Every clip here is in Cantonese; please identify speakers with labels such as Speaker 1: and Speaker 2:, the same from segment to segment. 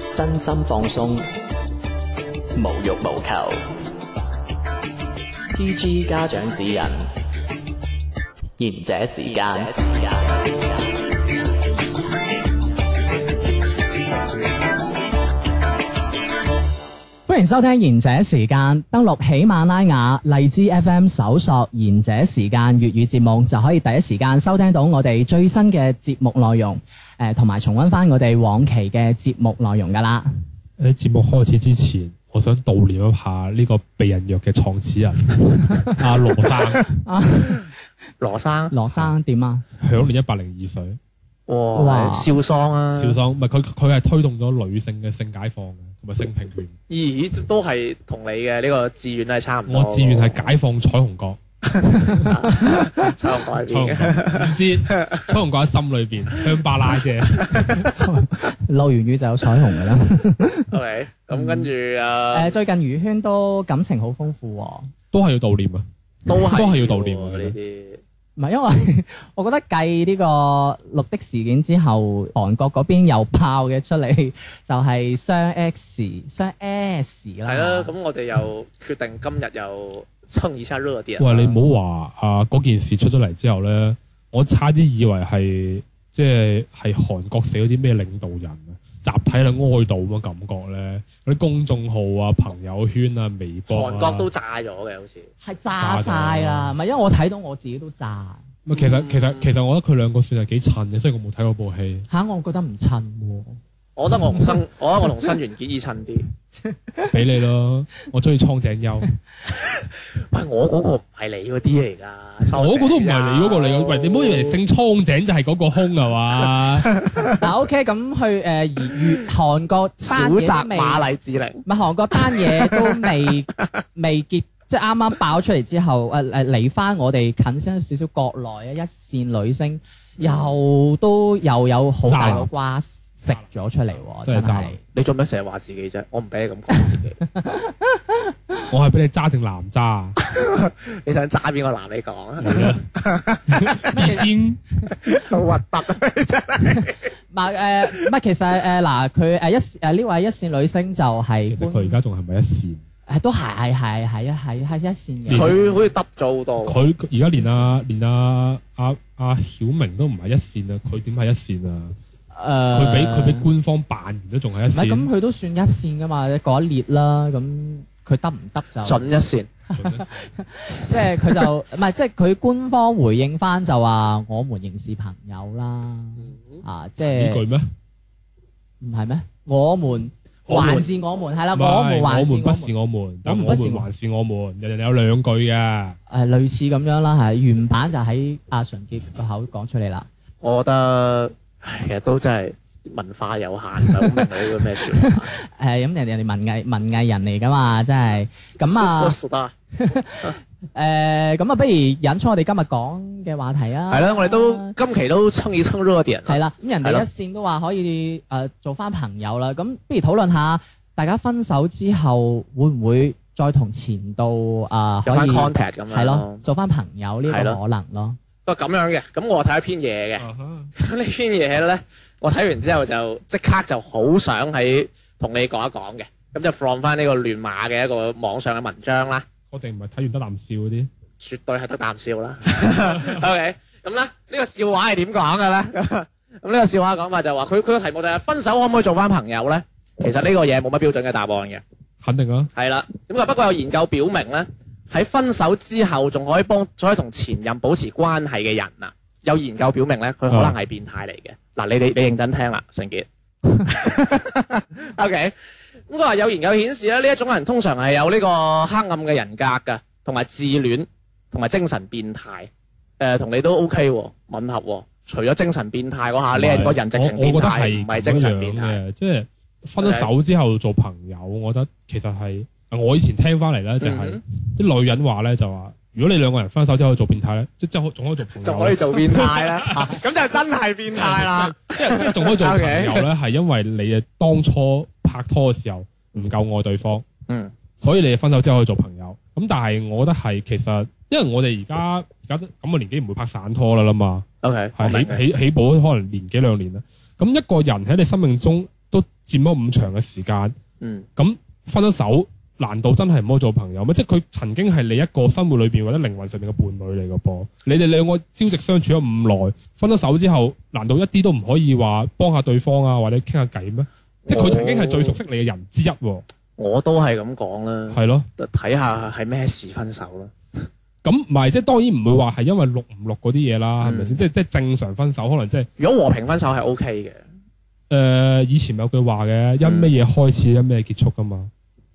Speaker 1: 身心放鬆，無欲無求。PG 家長指引，賢者時間。
Speaker 2: 歡迎收聽賢者時間，登錄喜馬拉雅、荔枝 FM 搜索賢者時間粵語節目，就可以第一時間收聽到我哋最新嘅節目內容，誒、呃同埋重溫翻我哋往期嘅節目內容噶啦。
Speaker 3: 喺節目開始之前，我想悼念一下呢個避孕藥嘅創始人阿羅生，
Speaker 4: 羅生，
Speaker 2: 羅生點 啊？
Speaker 3: 享年一百零二歲。
Speaker 2: 哇
Speaker 4: 哇，笑桑啊，
Speaker 3: 小生唔係佢，佢係推動咗女性嘅性解放嘅，同埋性平權。
Speaker 4: 咦，都係同你嘅呢個志願都係差唔多。
Speaker 3: 我志願 係解放彩虹角，
Speaker 4: 彩虹
Speaker 3: 彩
Speaker 4: 改變
Speaker 3: 虹
Speaker 4: 嘅，
Speaker 3: 角唔知彩虹角喺心裏邊，香巴拉啫。
Speaker 2: 漏完雨就有彩虹噶 啦。
Speaker 4: OK，咁跟住
Speaker 2: 誒、
Speaker 4: 啊，
Speaker 2: 最近娛圈都感情好豐富喎、
Speaker 3: 都係要悼念啊！
Speaker 4: 都係
Speaker 3: 都係要悼念啊
Speaker 4: 喎呢啲。
Speaker 2: 唔係因為 我覺得繼呢個綠的事件之後，韓國嗰邊又爆嘅出嚟， 就係雙 X 雙 S 啦。
Speaker 4: 係啦，咁我哋又決定今日又蹭一下熱點啦。
Speaker 3: 喂，你唔好話啊！嗰件事出咗嚟之後咧，我差啲以為係即係係韓國死咗啲咩領導人啊，集體喺度哀悼咁嘅感覺咧，嗰啲公眾號啊、朋友圈啊、微博啊
Speaker 4: 韓國都炸咗嘅，好似
Speaker 2: 係炸晒啦，唔係因為我睇到我自己都炸
Speaker 3: 咪啊其實
Speaker 4: 嗯
Speaker 3: 其實其實我覺得佢兩個算係幾襯嘅，雖然我冇睇過部 戲。
Speaker 2: 吓、我覺得唔襯喎。
Speaker 4: 我覺得 我同新，我覺得我同新垣結衣襯啲。
Speaker 3: 俾你咯，我中意蒼井 優，
Speaker 4: 喂，我嗰個唔係你嗰啲嚟㗎，啊
Speaker 3: 我嗰個都唔係你嗰個嚟嘅。喂，你唔好以為姓蒼井就係嗰個空係 嘛？
Speaker 2: 嗱 OK，咁去呃誒而粵韓國
Speaker 4: 小
Speaker 2: 單嘢
Speaker 4: 澤
Speaker 2: 都未，
Speaker 4: 馬麗志玲。
Speaker 2: 唔係韓國單嘢都未 未結，即係啱啱爆出嚟之後，誒、誒離翻我哋近身少少國內嘅啊一線女星，又都又有好大個瓜食咗出嚟喎，
Speaker 3: 真係
Speaker 2: 真
Speaker 3: 渣
Speaker 2: 係
Speaker 3: 男
Speaker 4: 你做咩成日話自己啫？我唔俾你咁講自己。
Speaker 3: 我係俾你揸定男揸，
Speaker 4: 你想揸邊個男你講啊？
Speaker 3: 別先
Speaker 4: 好核突啊！真係
Speaker 2: 唔係誒，唔係其實誒嗱，佢誒一誒呢位一線女星就
Speaker 3: 其
Speaker 2: 係
Speaker 3: 實佢而家仲係咪一線？
Speaker 2: 係都係係係係係係一線嘅。
Speaker 4: 佢好似耷咗好多。
Speaker 3: 佢佢而家連阿連阿阿阿曉明都唔係一線啊，佢點係一線啊？
Speaker 2: 誒，
Speaker 3: 佢俾佢俾官方扮完都仲係
Speaker 2: 唔
Speaker 3: 一
Speaker 2: 係咁，
Speaker 3: 線，
Speaker 2: 佢都算一線噶嘛，嗰一列啦，咁佢得唔得就
Speaker 4: 準一線，
Speaker 2: 即係佢就 唔係即係佢官方回應翻就話我們仍是朋友啦，啊即
Speaker 3: 呢句
Speaker 2: 係
Speaker 3: 咩？
Speaker 2: 唔係咩？我們
Speaker 3: 我們
Speaker 2: 還是我們係啦，
Speaker 3: 唔
Speaker 2: 我們
Speaker 3: 係
Speaker 2: 還是
Speaker 3: 我
Speaker 2: 我
Speaker 3: 們不是
Speaker 2: 們
Speaker 3: 我們，但
Speaker 2: 我
Speaker 3: 我
Speaker 2: 們不是
Speaker 3: 們還是我們。人人有兩句嘅，
Speaker 2: 誒類似咁樣啦，係原版就喺阿純潔個口講出嚟啦。
Speaker 4: 我覺得唉其實都真係文化有限，唔係好明你呢個咩説話。
Speaker 2: 誒咁人哋人哋文藝文藝人嚟噶嘛，真係 咁啊
Speaker 4: Superstar
Speaker 2: 誒咁啊，不如引出我哋今日講嘅話題啊。
Speaker 4: 係啦，我哋都今期都蹭一蹭熱點。
Speaker 2: 係啦，咁人
Speaker 4: 係
Speaker 2: 哋
Speaker 4: 咯
Speaker 2: 一線都話可以誒、呃做翻朋友啦，咁不如討論下大家分手之後會唔會再同前度啊、
Speaker 4: 有
Speaker 2: 可
Speaker 4: 翻
Speaker 2: 以
Speaker 4: contact 咁
Speaker 2: 係
Speaker 4: 樣
Speaker 2: 咯
Speaker 4: 咯，。
Speaker 2: 做翻朋友呢個
Speaker 4: 係咯
Speaker 2: 可能咯。
Speaker 4: 不過咁樣嘅，咁我睇一篇嘢
Speaker 3: 啊
Speaker 4: 嘅， 咁呢篇嘢咧，我睇完之後就即刻就好想喺同你講一講嘅，咁就放翻呢個亂馬嘅一個網上嘅文章啦。
Speaker 3: 我哋唔係睇完得啖笑嗰啲，
Speaker 4: 絕對係得啖笑啦。OK，咁咧呢個笑話係點講嘅咧？ 咁呢個笑話講法就話佢佢個題目就係分手可唔可以做翻朋友咧？其實呢個嘢冇乜標準嘅答案嘅，
Speaker 3: 肯定啦。
Speaker 4: 係啦。咁啊不過有研究表明咧，喺分手之後仲可以幫，仲可以同前任保持關係嘅人啊，有研究表明咧，佢可能係變態嚟嘅。嗱，你哋你認真聽啦，成傑。OK，咁佢話有研究顯示咧，呢一種人通常係有呢個黑暗嘅人格㗎，同埋自戀，同埋精神變態。誒、同你都 OK 喎，吻合喎。除咗精神變態嗰下，你係啊個人直情
Speaker 3: 我我
Speaker 4: 變
Speaker 3: 覺得
Speaker 4: 態，
Speaker 3: 係
Speaker 4: 唔係精神變
Speaker 3: 咁
Speaker 4: 態。
Speaker 3: 樣嘅，即係分咗手之後做朋友，我覺得其實係啊我以前聽翻嚟咧，就係
Speaker 4: 嗯
Speaker 3: 啲女人話咧就話，如果你兩個人分手之後做變態咧，即即係仲可以做朋友啦。
Speaker 4: 做變態 啦，啊咁就真係變態啦。
Speaker 3: 即係即係仲可以做朋友咧，係因為你啊當初拍拖嘅時候唔夠愛對方，
Speaker 4: 嗯，
Speaker 3: 所以你分手之後可以做朋友。咁但係我覺得係其實，因為我哋而家而家都咁嘅年紀唔會拍散拖啦啦嘛，
Speaker 4: OK，我明
Speaker 3: 係起起起步可能年幾兩年啦。咁一個人喺你生命中都佔咗咁長嘅時間，
Speaker 4: 嗯
Speaker 3: 咁分咗手，難道真係唔可以做朋友咩？即係佢曾經係你一個生活裏邊或者靈魂上面嘅伴侶嚟嘅噃。你哋兩個朝夕相處咗咁耐，分咗手之後，難道一啲都唔可以話幫下對方啊，或者傾下偈咩？即係佢曾經係最熟悉你嘅人之一喎，
Speaker 4: 我都係咁講啦，
Speaker 3: 係咯。
Speaker 4: 睇下係咩事分手啦。
Speaker 3: 咁唔係即係當然唔會話係因為錄唔錄嗰啲嘢啦，係咪先？即係即係正常分手，可能即係
Speaker 4: 如果和平分手係 O K 嘅，
Speaker 3: 誒以前有句話嘅，因
Speaker 4: 嗯
Speaker 3: 乜嘢開始，因咩結束噶嘛，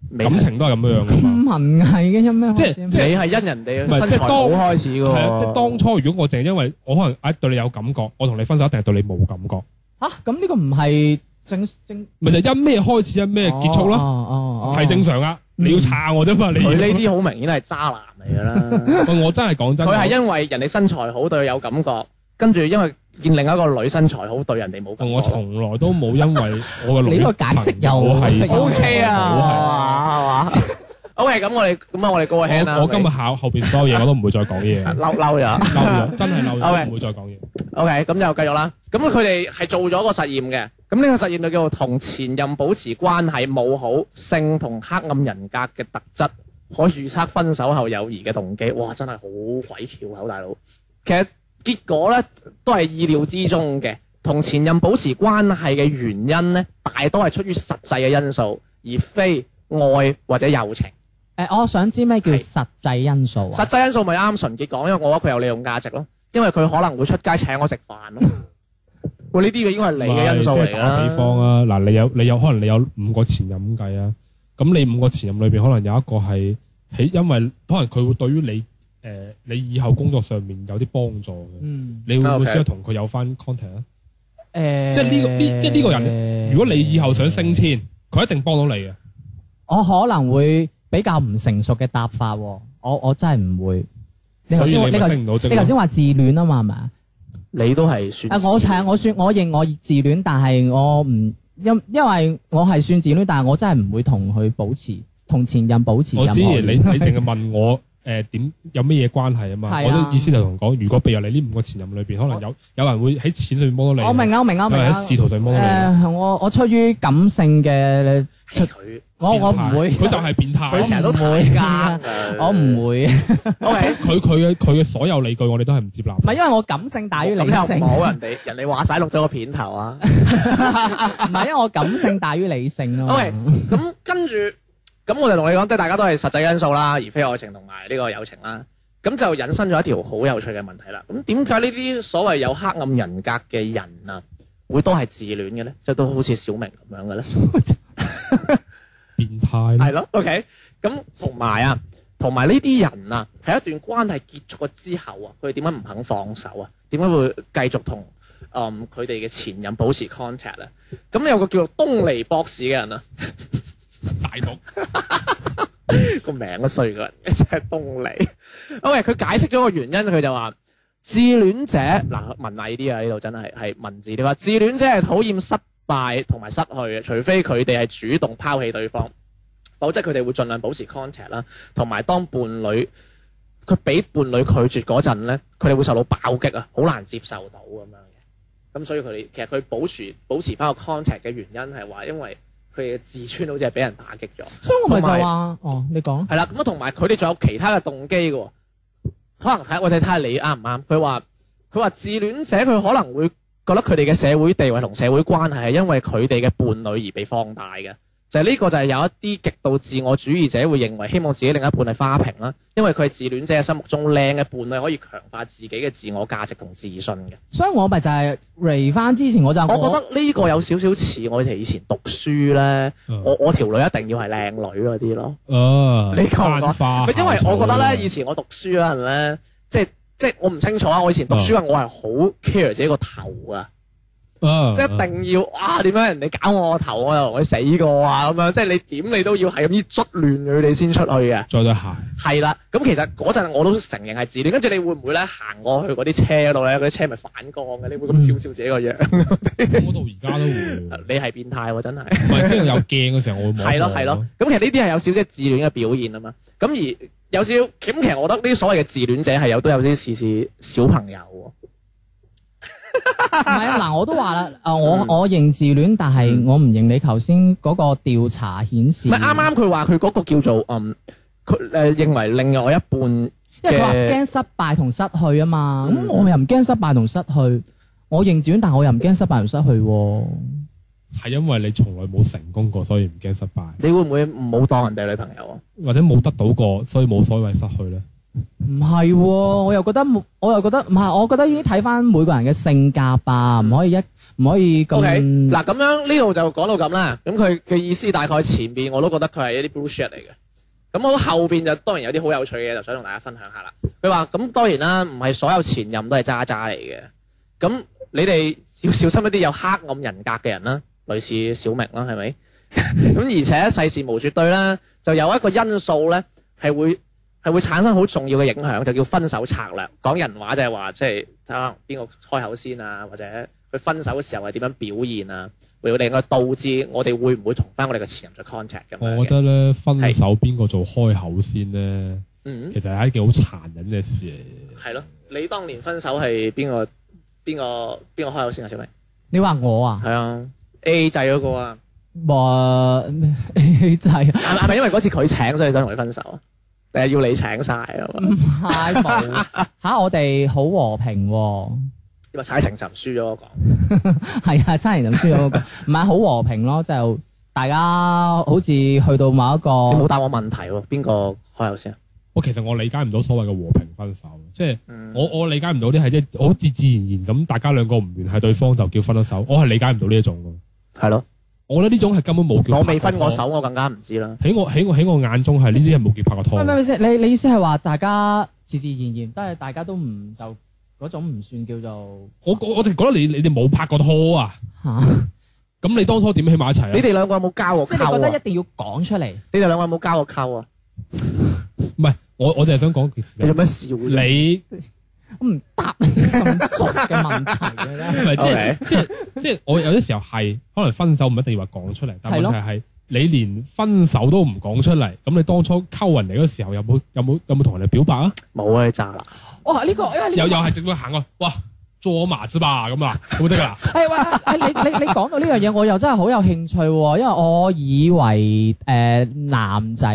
Speaker 4: 未
Speaker 3: 感情都係咁樣
Speaker 4: 啊
Speaker 3: 噶嘛。
Speaker 2: 咁文藝嘅有咩
Speaker 3: 即係
Speaker 2: 開心
Speaker 3: 即係
Speaker 4: 你係因人哋
Speaker 3: 唔係
Speaker 4: 身
Speaker 3: 即
Speaker 4: 材
Speaker 3: 係當
Speaker 4: 好開始嘅
Speaker 3: 係啊，即
Speaker 4: 喎。
Speaker 3: 係當初如果我淨係因為我可能啊對你有感覺，我同你分手一定係對你冇感覺，
Speaker 2: 吓咁呢個唔係正正
Speaker 3: 咪就係因咩開始，因咩結束
Speaker 2: 哦
Speaker 3: 咯，
Speaker 2: 哦哦，
Speaker 3: 係正常噶。
Speaker 2: 嗯
Speaker 3: 你要撐我啫嘛，你
Speaker 4: 佢呢啲好明顯係渣男嚟㗎啦。
Speaker 3: 喂我真係 講真，
Speaker 4: 佢係因為人哋身材好對佢有感覺，跟住因為見另一個女身材好對人哋冇感覺。
Speaker 3: 我從來都冇因為我嘅女
Speaker 2: 你呢個解釋又
Speaker 3: 朋友係
Speaker 4: O K
Speaker 3: 我係
Speaker 4: 啊，係嘛？O K，咁我哋咁啊，我哋高個 hand 啦。
Speaker 3: 我我今日考後邊所有嘢我都唔會再講嘢，嬲
Speaker 4: 嬲嬲咗。
Speaker 3: 咗，真係嬲
Speaker 4: 啊喂
Speaker 3: 咗，唔會再講嘢。
Speaker 4: O K，咁就繼續啦。咁佢哋係做咗個實驗嘅。咁呢個實驗就叫做同前任保持關係冇好性同黑暗人格嘅特質，可預測分手後友誼嘅動機。哇！真係好鬼翹口，大佬。其實結果咧都係意料之中嘅。同前任保持關係嘅原因咧，大多係出於實際嘅因素，而非愛或者友情。
Speaker 2: 誒，我想知咩叫實際因素啊
Speaker 4: 實？際因素咪啱純潔講，因為我覺得佢有利用價值咯，因為佢可能會出街請我食飯咯。喂，呢啲嘅應該係你嘅因素嚟
Speaker 3: 唔
Speaker 4: 㗎
Speaker 3: 係即係打比
Speaker 4: 啦。
Speaker 3: 方啊，嗱，你有你有可能你有五個前任咁計啊，咁你五個前任裏邊可能有一個係喺因為可能佢會對於你誒、呃你以後工作上面有啲幫助嘅，
Speaker 2: 嗯，
Speaker 3: 你會唔
Speaker 4: 啊 OK
Speaker 3: 會想同佢有翻 contact 啊？
Speaker 2: 誒，
Speaker 3: 即係呢個呢即係呢個人如果你以後想升遷，佢一定幫到你嘅。
Speaker 2: 我可能會比較唔成熟嘅答法喎，我我真係唔會。你頭
Speaker 3: 所以
Speaker 2: 先話
Speaker 3: 你
Speaker 2: 你
Speaker 3: 咪
Speaker 2: 頭
Speaker 3: 升唔到職
Speaker 2: 你頭先
Speaker 3: 咯。
Speaker 2: 話自戀啊嘛，係咪啊？
Speaker 4: 你都係算
Speaker 2: 啊，我係我算我認我自戀，但係我唔因因為我係算自戀，但係我真係唔會同佢保持同前任保持
Speaker 3: 我
Speaker 2: 任
Speaker 3: 知
Speaker 2: 何
Speaker 3: 你
Speaker 2: 聯
Speaker 3: 你
Speaker 2: 繫
Speaker 3: 淨係問我誒點有乜嘢關係啊嘛？
Speaker 2: 係
Speaker 3: 我
Speaker 2: 啊
Speaker 3: 都意思就同講，如果譬如你呢五個前任裏邊，可能有有人會喺錢上面幫到你，
Speaker 2: 我明啊，我明啊，我
Speaker 3: 有
Speaker 2: 明
Speaker 3: 人
Speaker 2: 啊。
Speaker 3: 喺仕途上幫到你。
Speaker 2: 誒，我我出於感性嘅，
Speaker 4: 係佢，
Speaker 2: 我我唔會，
Speaker 3: 佢就係變
Speaker 4: 佢
Speaker 3: 態。
Speaker 4: 成日都啊
Speaker 2: 我唔會
Speaker 4: 睇㗎。
Speaker 2: 我唔會，唔
Speaker 4: O K，
Speaker 3: 佢佢嘅佢嘅所有理據，我哋都係唔接納。
Speaker 2: 係因為我感性大於理
Speaker 4: 咁又
Speaker 2: 性，
Speaker 4: 唔
Speaker 2: 唔
Speaker 4: 好人哋，人哋話晒錄咗個片頭啊。
Speaker 2: 係因為我感性大於理性 啊嘛。
Speaker 4: OK，咁跟住，咁我就同你講，即係大家都係實際因素啦，而非愛情同埋呢個友情啦。咁就引申咗一條好有趣嘅問題啦。咁點解呢啲所謂有黑暗人格嘅人啊，會都係自戀嘅咧？即係都好似小明咁樣嘅咧？
Speaker 3: 變態
Speaker 4: 係
Speaker 3: 咯，
Speaker 4: 咯，OK。咁同埋啊，同埋呢啲人啊，喺一段關係結束咗之後啊，佢哋點解唔肯放手啊？點解會繼續同嗯佢哋嘅前任保持 contact 咧？咁有個叫做東尼博士嘅人啊，
Speaker 3: 大毒
Speaker 4: 個名都衰過人，真係東尼。OK，佢解釋咗個原因，佢就話。自戀者嗱文藝啲啊，呢度真係係文字啲話，自戀者係討厭失敗同埋失去嘅，除非佢哋係主動拋棄對方，否則佢哋會盡量保持 contact 啦，同埋當伴侶佢俾伴侶拒絕嗰陣咧，佢哋會受到爆擊啊，好難接受到咁樣嘅。咁所以佢哋其實佢保持保持翻個 contact 嘅原因係話，因為佢哋嘅自尊好似係俾人打擊咗。
Speaker 2: 所以我咪就話，哦，你講，
Speaker 4: 係啦，咁啊同埋佢哋仲有其他嘅動機嘅喎，可能睇我哋睇下你啱唔啱。佢話佢話自戀者佢可能會覺得佢哋嘅社會地位同社會關係係因為佢哋嘅伴侶而被放大嘅，就係、呢個就係有一啲極度自我主義者會認為希望自己另一半係花瓶啦，因為佢係自戀者嘅心目中靚嘅伴侶可以強化自己嘅自我價值同自信嘅。
Speaker 2: 所以我咪就係 r 翻之前我就話
Speaker 4: 我覺得呢個有少少似我哋以前讀書咧，
Speaker 3: 呃
Speaker 4: 我我條女一定要係靚女嗰啲咯。
Speaker 3: 啊！
Speaker 4: 你覺唔覺
Speaker 3: 奸化
Speaker 4: 唔係因為我覺得咧，以
Speaker 3: 以
Speaker 4: 前我讀書嗰陣咧，即係即係我唔清楚啊。我以前讀書啊，我係好 care 自己個頭啊，
Speaker 3: 呃啊
Speaker 4: 即係一定要哇點樣人哋搞我個頭，我又同佢死過啊咁樣。即係你點你都要係咁依捽亂佢哋先出去嘅。
Speaker 3: 着對鞋，
Speaker 4: 係啦，咁其實嗰陣我都承認係自戀，跟住你會唔會咧行過去嗰啲車嗰度咧，嗰啲車咪反光嘅，你會咁照照自己個樣？
Speaker 3: 我到而家都會。
Speaker 4: 你係變態喎，真係。
Speaker 3: 唔係即係有鏡嘅時候，我會摸。
Speaker 4: 係咯係咯，，咁其實呢啲係有少少自戀嘅表現啊嘛。咁而有少少，咁其實我覺得呢啲所謂嘅自戀者係有都有啲似似小朋友喎。
Speaker 2: 係啊，嗱，我都話啦，誒，
Speaker 4: 嗯
Speaker 2: 我我認自戀，但係我唔認你頭先嗰個調查顯示，
Speaker 4: 唔係啱啱佢話佢嗰個叫做嗯，佢誒、呃、認為另外一半
Speaker 2: 因為佢話
Speaker 4: 嘅
Speaker 2: 驚失敗同失去啊嘛，咁、
Speaker 4: 嗯
Speaker 2: 我又唔驚失敗同失去，我認自戀，但我又唔驚失敗同失去喎。
Speaker 3: 係因為你從來冇成功過，所以唔驚失敗，
Speaker 4: 你會唔會唔好當人哋女朋友啊？
Speaker 3: 或者冇得到過，所以冇所謂失去咧。
Speaker 2: 唔係喎，我又覺得冇，我又覺得唔係，我覺得要睇翻每個人嘅性格吧，唔可以一唔可以
Speaker 4: O K，
Speaker 2: 咁
Speaker 4: 嗱咁樣呢度就講到咁啦。咁佢嘅意思大概前邊我都覺得佢係一啲 bullshit 嚟嘅。咁好後邊就當然有啲好有趣嘅嘢，就想同大家分享下啦。佢話：咁當然啦，唔係所有前任都係渣渣嚟嘅。咁你哋要小心一啲有黑暗人格嘅人啦，類似小明啦，係咪？咁而且世事無絕對啦，就有一個因素咧係會係會產生好重要嘅影響，就叫分手策略。講人話就係話，即係睇下邊個開口先啊，或者佢分手嘅時候係點樣表現啊，會令佢導致我哋會唔會同翻我哋嘅前任再 contact 咁樣嘅
Speaker 3: 我覺得咧，分手邊個做開口先咧，
Speaker 4: 嗯。
Speaker 3: 其實係一件好殘忍嘅事嚟。
Speaker 4: 係咯，你當年分手係邊個邊個邊個開口先啊？小明
Speaker 2: 你話我啊，
Speaker 4: 係啊，A 制嗰個啊，
Speaker 2: 話咩就係
Speaker 4: 係咪係咪因為嗰次佢請所以想同你分手啊？定係要你請晒啊？
Speaker 3: 嗯
Speaker 2: 唔係冇 嚇，我哋好和平喎，
Speaker 4: 你話踩情尋輸咗嗰個，
Speaker 2: 係啊，差人咁輸咗嗰 個，唔係好和平咯，就大家好似去到某一
Speaker 4: 你
Speaker 2: 個
Speaker 4: 冇答我問題喎，邊個開口先啊？
Speaker 3: 我其實我理解唔到所謂嘅和平分手，即係
Speaker 4: 嗯
Speaker 3: 我我理解唔到啲係即係好自自然然咁，大家兩個唔聯繫對方就叫分咗手，我係理解唔到呢一種嘅。
Speaker 4: 係咯，
Speaker 3: 我覺得呢種係根本冇叫
Speaker 4: 我
Speaker 3: 拍
Speaker 4: 未
Speaker 3: 過
Speaker 4: 分過
Speaker 3: 拖啊
Speaker 4: 手，我更加唔知啦。
Speaker 3: 喺我喺我喺我眼中係呢啲係冇叫拍過拖
Speaker 2: 咩。咩咩先？你你意思係話大家自自然然都係大家都唔就嗰種唔算叫做
Speaker 3: 我我我淨係覺得你你哋冇拍過拖啊，
Speaker 2: 嚇，
Speaker 3: 咁你當初點起埋一齊
Speaker 4: 你
Speaker 3: 啊？
Speaker 4: 哋兩個有冇交過
Speaker 2: 即係你覺
Speaker 4: 溝
Speaker 2: 得一
Speaker 4: 啊？
Speaker 2: 定要講出嚟。
Speaker 4: 你哋兩個有冇交過溝啊？
Speaker 3: 唔係，我我淨係想講件事
Speaker 4: 你做咩笑啫？
Speaker 3: 你
Speaker 2: 我唔答你啲咁俗嘅問題嘅咧。
Speaker 3: 唔係即
Speaker 4: OK
Speaker 3: 係即係即係我有啲時候係可能分手唔一定要話講出嚟，但
Speaker 2: 係
Speaker 3: 係
Speaker 2: 咯
Speaker 3: 問題係你連分手都唔講出嚟，咁你當初溝人哋嗰時候有冇有冇有冇同人哋表白啊？
Speaker 4: 冇啊，你渣啦！
Speaker 2: 哇！哦呢個因為呢個
Speaker 3: 又又係直接行過，哇，做麻啫吧咁啊，咁得 㗎啦。
Speaker 2: 係喂，誒你你你講到呢樣嘢，我又真係好有興趣喎，因為我以為誒、呃男仔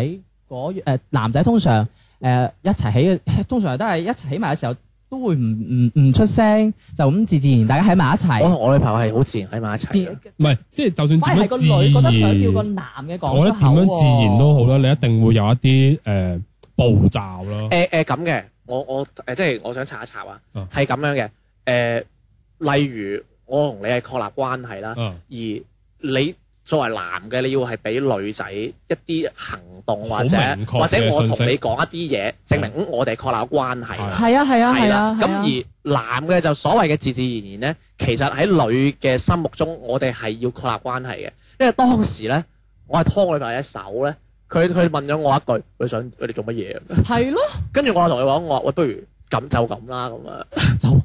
Speaker 2: 嗰誒、呃男仔通常誒、呃一齊起， 通常都係一齊起埋嘅時候都會唔唔唔出聲，就咁自自然然大家喺埋一
Speaker 4: 我
Speaker 2: 齊。
Speaker 4: 同我女朋友係好自然喺埋一齊嘅
Speaker 2: 自，
Speaker 3: 唔哦係，啊即係就算
Speaker 2: 反而係
Speaker 3: 點
Speaker 2: 個女覺得想要
Speaker 3: 樣
Speaker 2: 個
Speaker 3: 自然，
Speaker 2: 男嘅
Speaker 3: 我
Speaker 2: 講
Speaker 3: 覺
Speaker 2: 出
Speaker 3: 得
Speaker 2: 口
Speaker 3: 點樣自然都好啦，
Speaker 2: 喎
Speaker 3: 你一定會有一啲誒步驟咯。
Speaker 4: 誒誒咁嘅，我我誒即係我想查一查啊
Speaker 3: 嗯，
Speaker 4: 係咁樣嘅。誒、例如我同你係確立關係啦，
Speaker 3: 嗯，
Speaker 4: 而你作為男嘅，你要係俾女仔一啲行動
Speaker 3: 好
Speaker 4: 或者
Speaker 3: 明確嘅
Speaker 4: 或者我同
Speaker 3: 信息
Speaker 4: 你講一啲嘢，證明嗯我哋確立關係啦。
Speaker 2: 係啊係啊
Speaker 4: 係
Speaker 2: 係
Speaker 4: 啦
Speaker 2: 啊，，
Speaker 4: 咁
Speaker 2: 係啊
Speaker 4: 而男嘅就所謂嘅自自然然咧，其實喺女嘅心目中，我哋係要確立關係嘅，因為當時咧，我係拖我女朋友隻手咧，佢佢問咗我一句，佢想你哋做乜嘢？
Speaker 2: 係咯，
Speaker 4: 跟住我就同佢講，我話喂，不如咁就咁啦，咁啊，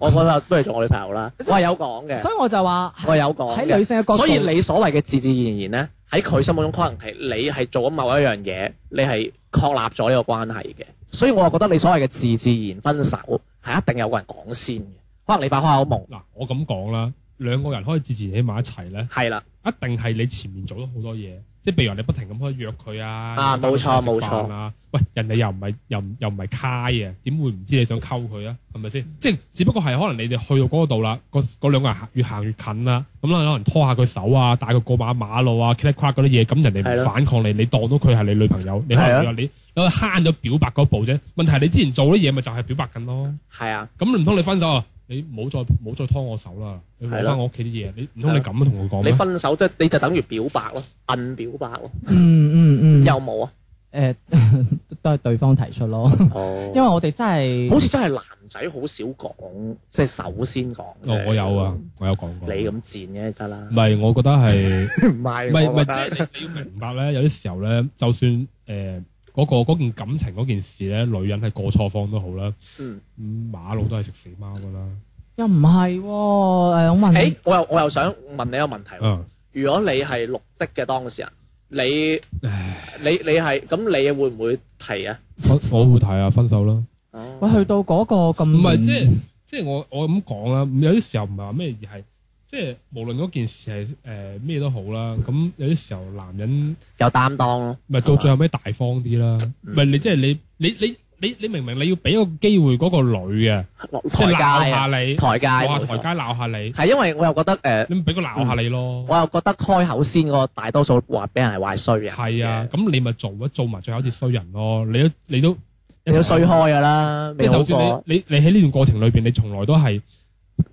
Speaker 4: 我覺得不如做我女朋友啦。我係有講嘅，
Speaker 2: 所以我就話
Speaker 4: 我係有講
Speaker 2: 喺
Speaker 4: 嘅
Speaker 2: 女性嘅角度，
Speaker 4: 所以你所謂嘅自自然然咧，喺佢心目中可能係你係做咗某一樣嘢，你係確立咗呢個關係嘅。所以我又覺得你所謂嘅自自然分手係一定有個人講先嘅，可能你發開口夢
Speaker 3: 嗱，我咁講啦，兩個人可以自自然喺埋一齊咧，
Speaker 4: 係啦，
Speaker 3: 一定係你前面做咗好多嘢，即係譬如話你不停咁去約佢啊，
Speaker 4: 啊冇錯
Speaker 3: 食飯啊，喂，人哋又唔係又唔又唔係卡嘅，點會唔知你想溝佢啊？係咪先？即係只不過係可能你哋去到嗰度啦，個嗰兩個人行越行越近啦，咁啦可能拖下佢手啊，帶佢過馬馬路啊，噼里啪啦嗰啲嘢，咁人
Speaker 4: 係
Speaker 3: 哋
Speaker 4: 咯
Speaker 3: 唔反抗你，你當到佢係你女朋友，你可
Speaker 4: 係
Speaker 3: 能
Speaker 4: 啊
Speaker 3: 你話你你慳咗表白嗰步啫。問題係你之前做啲嘢咪就係表白緊咯。
Speaker 4: 係啊，
Speaker 3: 咁唔通你分手啊？你唔好再唔好再拖我手啦，你攞
Speaker 4: 係啦
Speaker 3: 翻我屋企啲嘢，你唔通你咁樣同佢講
Speaker 4: 你
Speaker 3: 咩？
Speaker 4: 分手即係你就等於表白咯，摁表白咯，
Speaker 2: 嗯嗯嗯，
Speaker 4: 有冇啊？
Speaker 2: 誒 都係對方提出咯，
Speaker 4: 哦
Speaker 2: 因為我哋真係
Speaker 4: 好似真係男仔好少講，即係首先講。
Speaker 3: 哦，我有
Speaker 4: ừ.
Speaker 3: 啊，，我有講過。
Speaker 4: 你咁賤嘅得啦
Speaker 3: 唔，係，我覺得係
Speaker 4: 唔
Speaker 3: 唔係
Speaker 4: 係
Speaker 3: 唔
Speaker 4: 我覺
Speaker 3: 係，
Speaker 4: 得
Speaker 3: 即係你你要明白咧，有啲時候咧，就算誒嗰個嗰件感情嗰件事咧，女人係過錯方都好啦，
Speaker 4: 嗯。
Speaker 3: 咁馬路都係食死貓噶啦。
Speaker 2: 又唔係喎，誒我問
Speaker 4: 誒，我又我又想問你一個問題喎。
Speaker 3: 嗯，
Speaker 4: 如果你係綠的嘅當事人，你
Speaker 3: 唉，
Speaker 4: 你你係咁，你會唔會提啊？
Speaker 3: 我我會睇啊，分手啦。
Speaker 2: 哦喂去到嗰個咁
Speaker 3: 唔係即係即即係我我咁講啦，有啲時候唔係話咩，而係即係無論嗰件事係誒咩都好啦，咁有啲時候男人
Speaker 4: 有擔當咯，嗯
Speaker 3: 咪到最後尾大方啲啦，咪你即係你你你你你明明你要俾個機會嗰個女嘅，
Speaker 4: 落
Speaker 3: 即
Speaker 4: 台
Speaker 3: 係鬧
Speaker 4: 階
Speaker 3: 下
Speaker 4: 啊，
Speaker 3: 你，
Speaker 4: 台階
Speaker 3: 話
Speaker 4: 冇
Speaker 3: 台
Speaker 4: 錯，
Speaker 3: 階鬧下你，
Speaker 4: 係因為我又覺得誒，
Speaker 3: 你咪俾佢鬧下你咯。
Speaker 4: 我又覺得開口先嗰個大多數話俾人係壞衰人，
Speaker 3: 係啊，，咁你咪做一做埋最後一次衰人咯。你都你都
Speaker 4: 你都衰開㗎啦，
Speaker 3: 即
Speaker 4: 未
Speaker 3: 係
Speaker 4: 好
Speaker 3: 就算
Speaker 4: 過
Speaker 3: 你你你喺呢段過程裏邊，你從來都係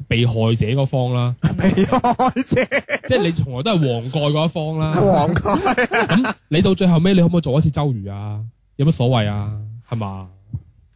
Speaker 3: 被害者嗰方 啦，
Speaker 4: 未開啫，
Speaker 3: 即係你從來都係黃蓋嗰一方啦。
Speaker 4: 黃蓋
Speaker 3: 咁你到最後尾，你可唔可以做一次周瑜啊？有乜所謂啊？係嘛？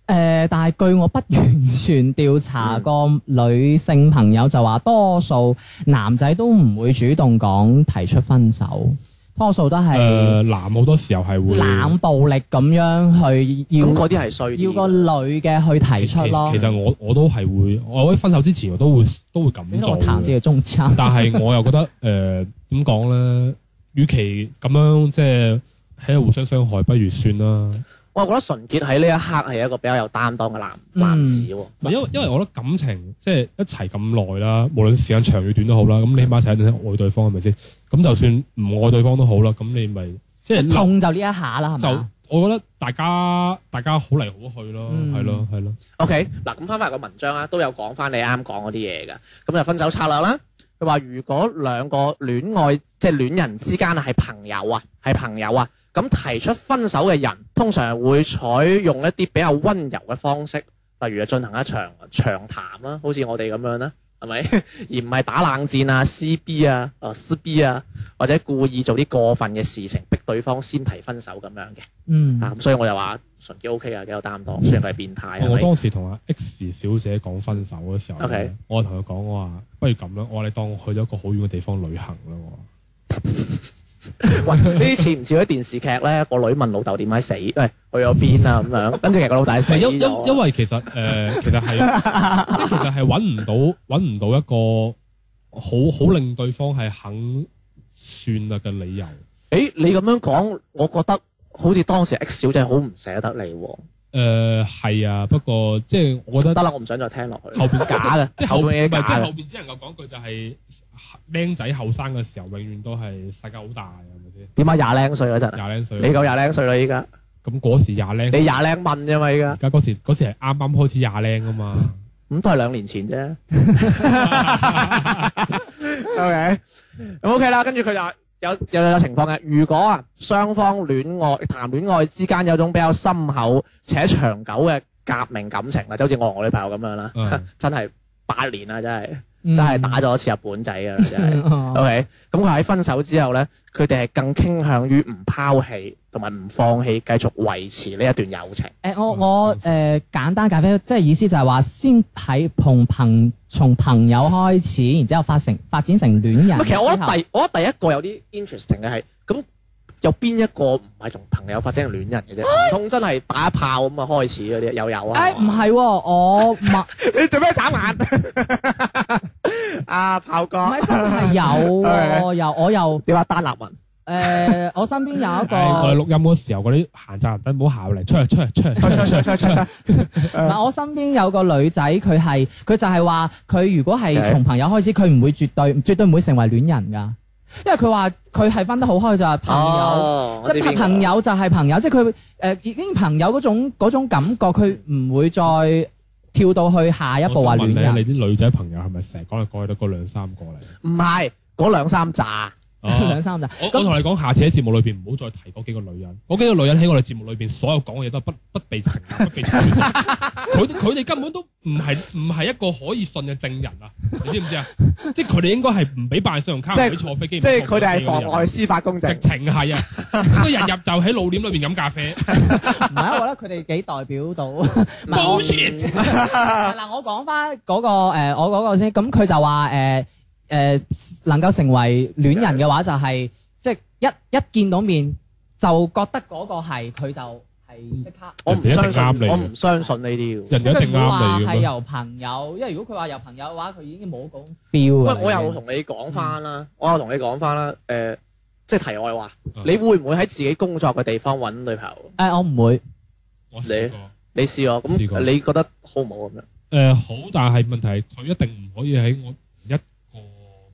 Speaker 2: 诶、但係據我不完全調查個女性朋友就話，多數男仔都唔會主動講提出分手，多數都
Speaker 3: 誒、
Speaker 2: 係
Speaker 3: 呃男好多時候係會
Speaker 2: 冷暴力咁樣去要
Speaker 4: 咁嗰啲係衰啲嘅，
Speaker 2: 要個女嘅去提
Speaker 3: 其
Speaker 2: 出咯。
Speaker 3: 其其實我我都係會，我喺分手之前我都會都會咁
Speaker 2: 俾到
Speaker 3: 做
Speaker 2: 我彈
Speaker 3: 嘅。
Speaker 2: 自己中餐。
Speaker 3: 但係我又覺得誒 呃點講咧？與其咁樣即係喺度互相傷害，不如算啦。
Speaker 4: 我覺得純潔喺呢一刻係一個比較有擔當嘅男
Speaker 3: 嗯
Speaker 4: 男子喎，
Speaker 3: 唔係因為因為我覺得感情即係一齊咁耐啦，無論時間長與短都好啦，咁你起碼一齊一陣愛對方係咪先？咁就算唔愛對方都好啦，咁你咪即係留
Speaker 2: 痛就啊呢一下啦，係
Speaker 3: 就
Speaker 2: 咪？
Speaker 3: 我覺得大家大家好嚟好去咯，
Speaker 2: 嗯
Speaker 3: 係咯係咯，
Speaker 4: OK，嗱咁翻翻個文章啊，都有講翻你啱講嗰啲嘢㗎。咁就分手策略啦。佢話如果兩個戀愛即係戀人之間係朋友啊，係朋友啊，咁提出分手嘅人通常會採用一啲比較温柔嘅方式，例如進行一場長談啦，好似我哋咁樣啦。係咪？ 而唔係打冷戰啊、CB 啊、啊撕 B 啊，或者故意做啲過分嘅事情，逼對方先提分手咁樣嘅。
Speaker 2: 嗯，
Speaker 4: 啊，咁所以我就話純潔 OK 啊，幾有擔當。雖然佢係變態，係
Speaker 3: 我
Speaker 4: 咪？
Speaker 3: 當時同阿 X 小姐講分手嘅時候
Speaker 4: OK
Speaker 3: 我同佢講我話不如咁啦，我話你當我去咗一個好遠嘅地方旅行啦，我話
Speaker 4: 喂，呢啲似唔似嗰啲電視劇咧？個女問老豆點解死，喂，去咗邊啊咁樣，跟住其實個老豆係
Speaker 3: 唔
Speaker 4: 死
Speaker 3: 係因因因
Speaker 4: 咗。
Speaker 3: 為其實誒、 呃其實係即係其實係揾唔到揾唔到一個好好令對方係肯算啦嘅理由。
Speaker 4: 誒，你咁樣講，我覺得好似當時 X 小姐好唔捨得你喎。
Speaker 3: 誒係啊，不過即係我覺
Speaker 4: 得
Speaker 3: 得
Speaker 4: 啦，我唔想再聽落去。
Speaker 3: 後邊
Speaker 4: 假嘅，
Speaker 3: 即係後邊唔
Speaker 4: 後邊嘢
Speaker 3: 係即
Speaker 4: 假
Speaker 3: 係後
Speaker 4: 嘅。
Speaker 3: 邊只能夠講句就係僆仔後生嘅時候，永遠都係世界好大係咪先？
Speaker 4: 點解廿零歲嗰陣啊？
Speaker 3: 廿零歲
Speaker 4: 你夠廿零歲啦，依家
Speaker 3: 咁嗰時廿
Speaker 4: 你
Speaker 3: 零，
Speaker 4: 廿零問啫嘛，依家
Speaker 3: 而家嗰時嗰時係啱啱開始廿零啊 嘛。
Speaker 4: 咁都係兩年前啫。OK，咁 OK 啦，跟住佢就有有有情況嘅。如果啊雙方戀愛談戀愛之間有種比較深厚且長久嘅革命感情啦，就好似我同我女朋友咁樣啦，
Speaker 3: 嗯
Speaker 4: 真係八年啦，真係
Speaker 2: 真
Speaker 4: 真係打咗一次日本仔㗎 啦，真係。OK，
Speaker 2: 哦
Speaker 4: 咁佢喺分手之後咧，佢哋係更傾向於唔拋棄同埋唔放棄，繼續維持呢一段友情。
Speaker 2: 誒、我我誒、簡單解釋，即係意思就係話，先喺同朋從朋友開始，然之後發成發展成戀人。
Speaker 4: 唔係，其實我覺得第我覺得第一個有啲 interesting 嘅係，咁有邊一個唔係從朋友發展成戀人嘅啫？唔通真係打一炮咁啊開始嗰啲又有
Speaker 2: 誒、
Speaker 4: 啊？
Speaker 2: 啊哎唔係喎，我默
Speaker 4: 你做咩眨眼？ 啊，炮哥
Speaker 2: 唔，係真係有 喎，又我又誒、
Speaker 4: 你話單立文
Speaker 2: 我身邊有一
Speaker 3: 唉我哋
Speaker 2: 個，
Speaker 3: 錄音嗰時候，嗰啲閒雜人等唔好下嚟，出嚟出嚟出嚟出嚟出嚟出嚟出嚟。
Speaker 2: 唔係我身邊有個女仔，佢係佢就係話，佢如果係
Speaker 4: Okay
Speaker 2: 從朋友開始，佢唔會絕對絕對唔會成為戀人㗎，因為佢話佢係分得好開，就係朋友。
Speaker 4: 哦
Speaker 2: 即係朋，友就係朋友，即係佢誒已經朋友嗰種嗰種感覺，佢唔會再跳到去下一步話
Speaker 3: 我
Speaker 2: 戀
Speaker 3: 想
Speaker 2: 人。
Speaker 3: 問 你你啲女仔朋友係咪成日講嚟講去都嗰兩三 個嚟？啊
Speaker 4: 我知邊個唔係嗰兩三扎。
Speaker 2: 兩三集，
Speaker 3: 我我同你講，下次喺節目裏邊唔好再提嗰幾個女人。嗰幾個女人喺我哋節目裏邊所有講嘅嘢都係不不被承 認、不被傳承。佢哋佢哋根本都唔係唔係一個可以信嘅證人啊！你知唔 知啊？即係佢哋應該係唔俾辦信用卡、
Speaker 4: 即係
Speaker 3: 唔俾坐飛機，
Speaker 4: 即係佢哋係妨礙
Speaker 3: 礙。
Speaker 4: 司法公
Speaker 3: 直
Speaker 4: 正。
Speaker 3: 情係啊！應該日日就喺老點裏邊飲咖 啡。
Speaker 2: 唔係啊，我覺得佢哋幾代表 到。唔係我
Speaker 3: Bullshit！
Speaker 2: 嗱，我講翻嗰個誒，我嗰個先，咁佢就話誒誒能夠成為戀人嘅話，就係即係一一見到面就覺得嗰個係佢就係即刻。
Speaker 4: 我唔相
Speaker 3: 人哋一定啱你
Speaker 4: 信，
Speaker 3: 嘅
Speaker 4: 我唔相信呢啲喎。
Speaker 3: 人
Speaker 2: 即係
Speaker 3: 哋一
Speaker 2: 佢唔
Speaker 3: 定
Speaker 2: 會話
Speaker 3: 啱你
Speaker 2: 係
Speaker 3: 嘅嘛。
Speaker 4: 啊
Speaker 2: 由朋友，因為如果佢話由朋友嘅話，佢已經冇嗰種 feel
Speaker 4: 喂
Speaker 2: 㗎啦，
Speaker 4: 我
Speaker 2: 已經
Speaker 4: 又同你講翻啦，我又同你講翻啦，誒，即係題外話
Speaker 3: 嗯，
Speaker 4: 你會唔會喺自己工作嘅地方揾女朋友？
Speaker 2: 誒，我唔會。
Speaker 3: 我試過
Speaker 4: 你試過
Speaker 3: 試過
Speaker 4: 咁，你覺得好唔好咁樣？
Speaker 3: 誒、诶、呃好，但係問題係佢一定唔可以喺我一個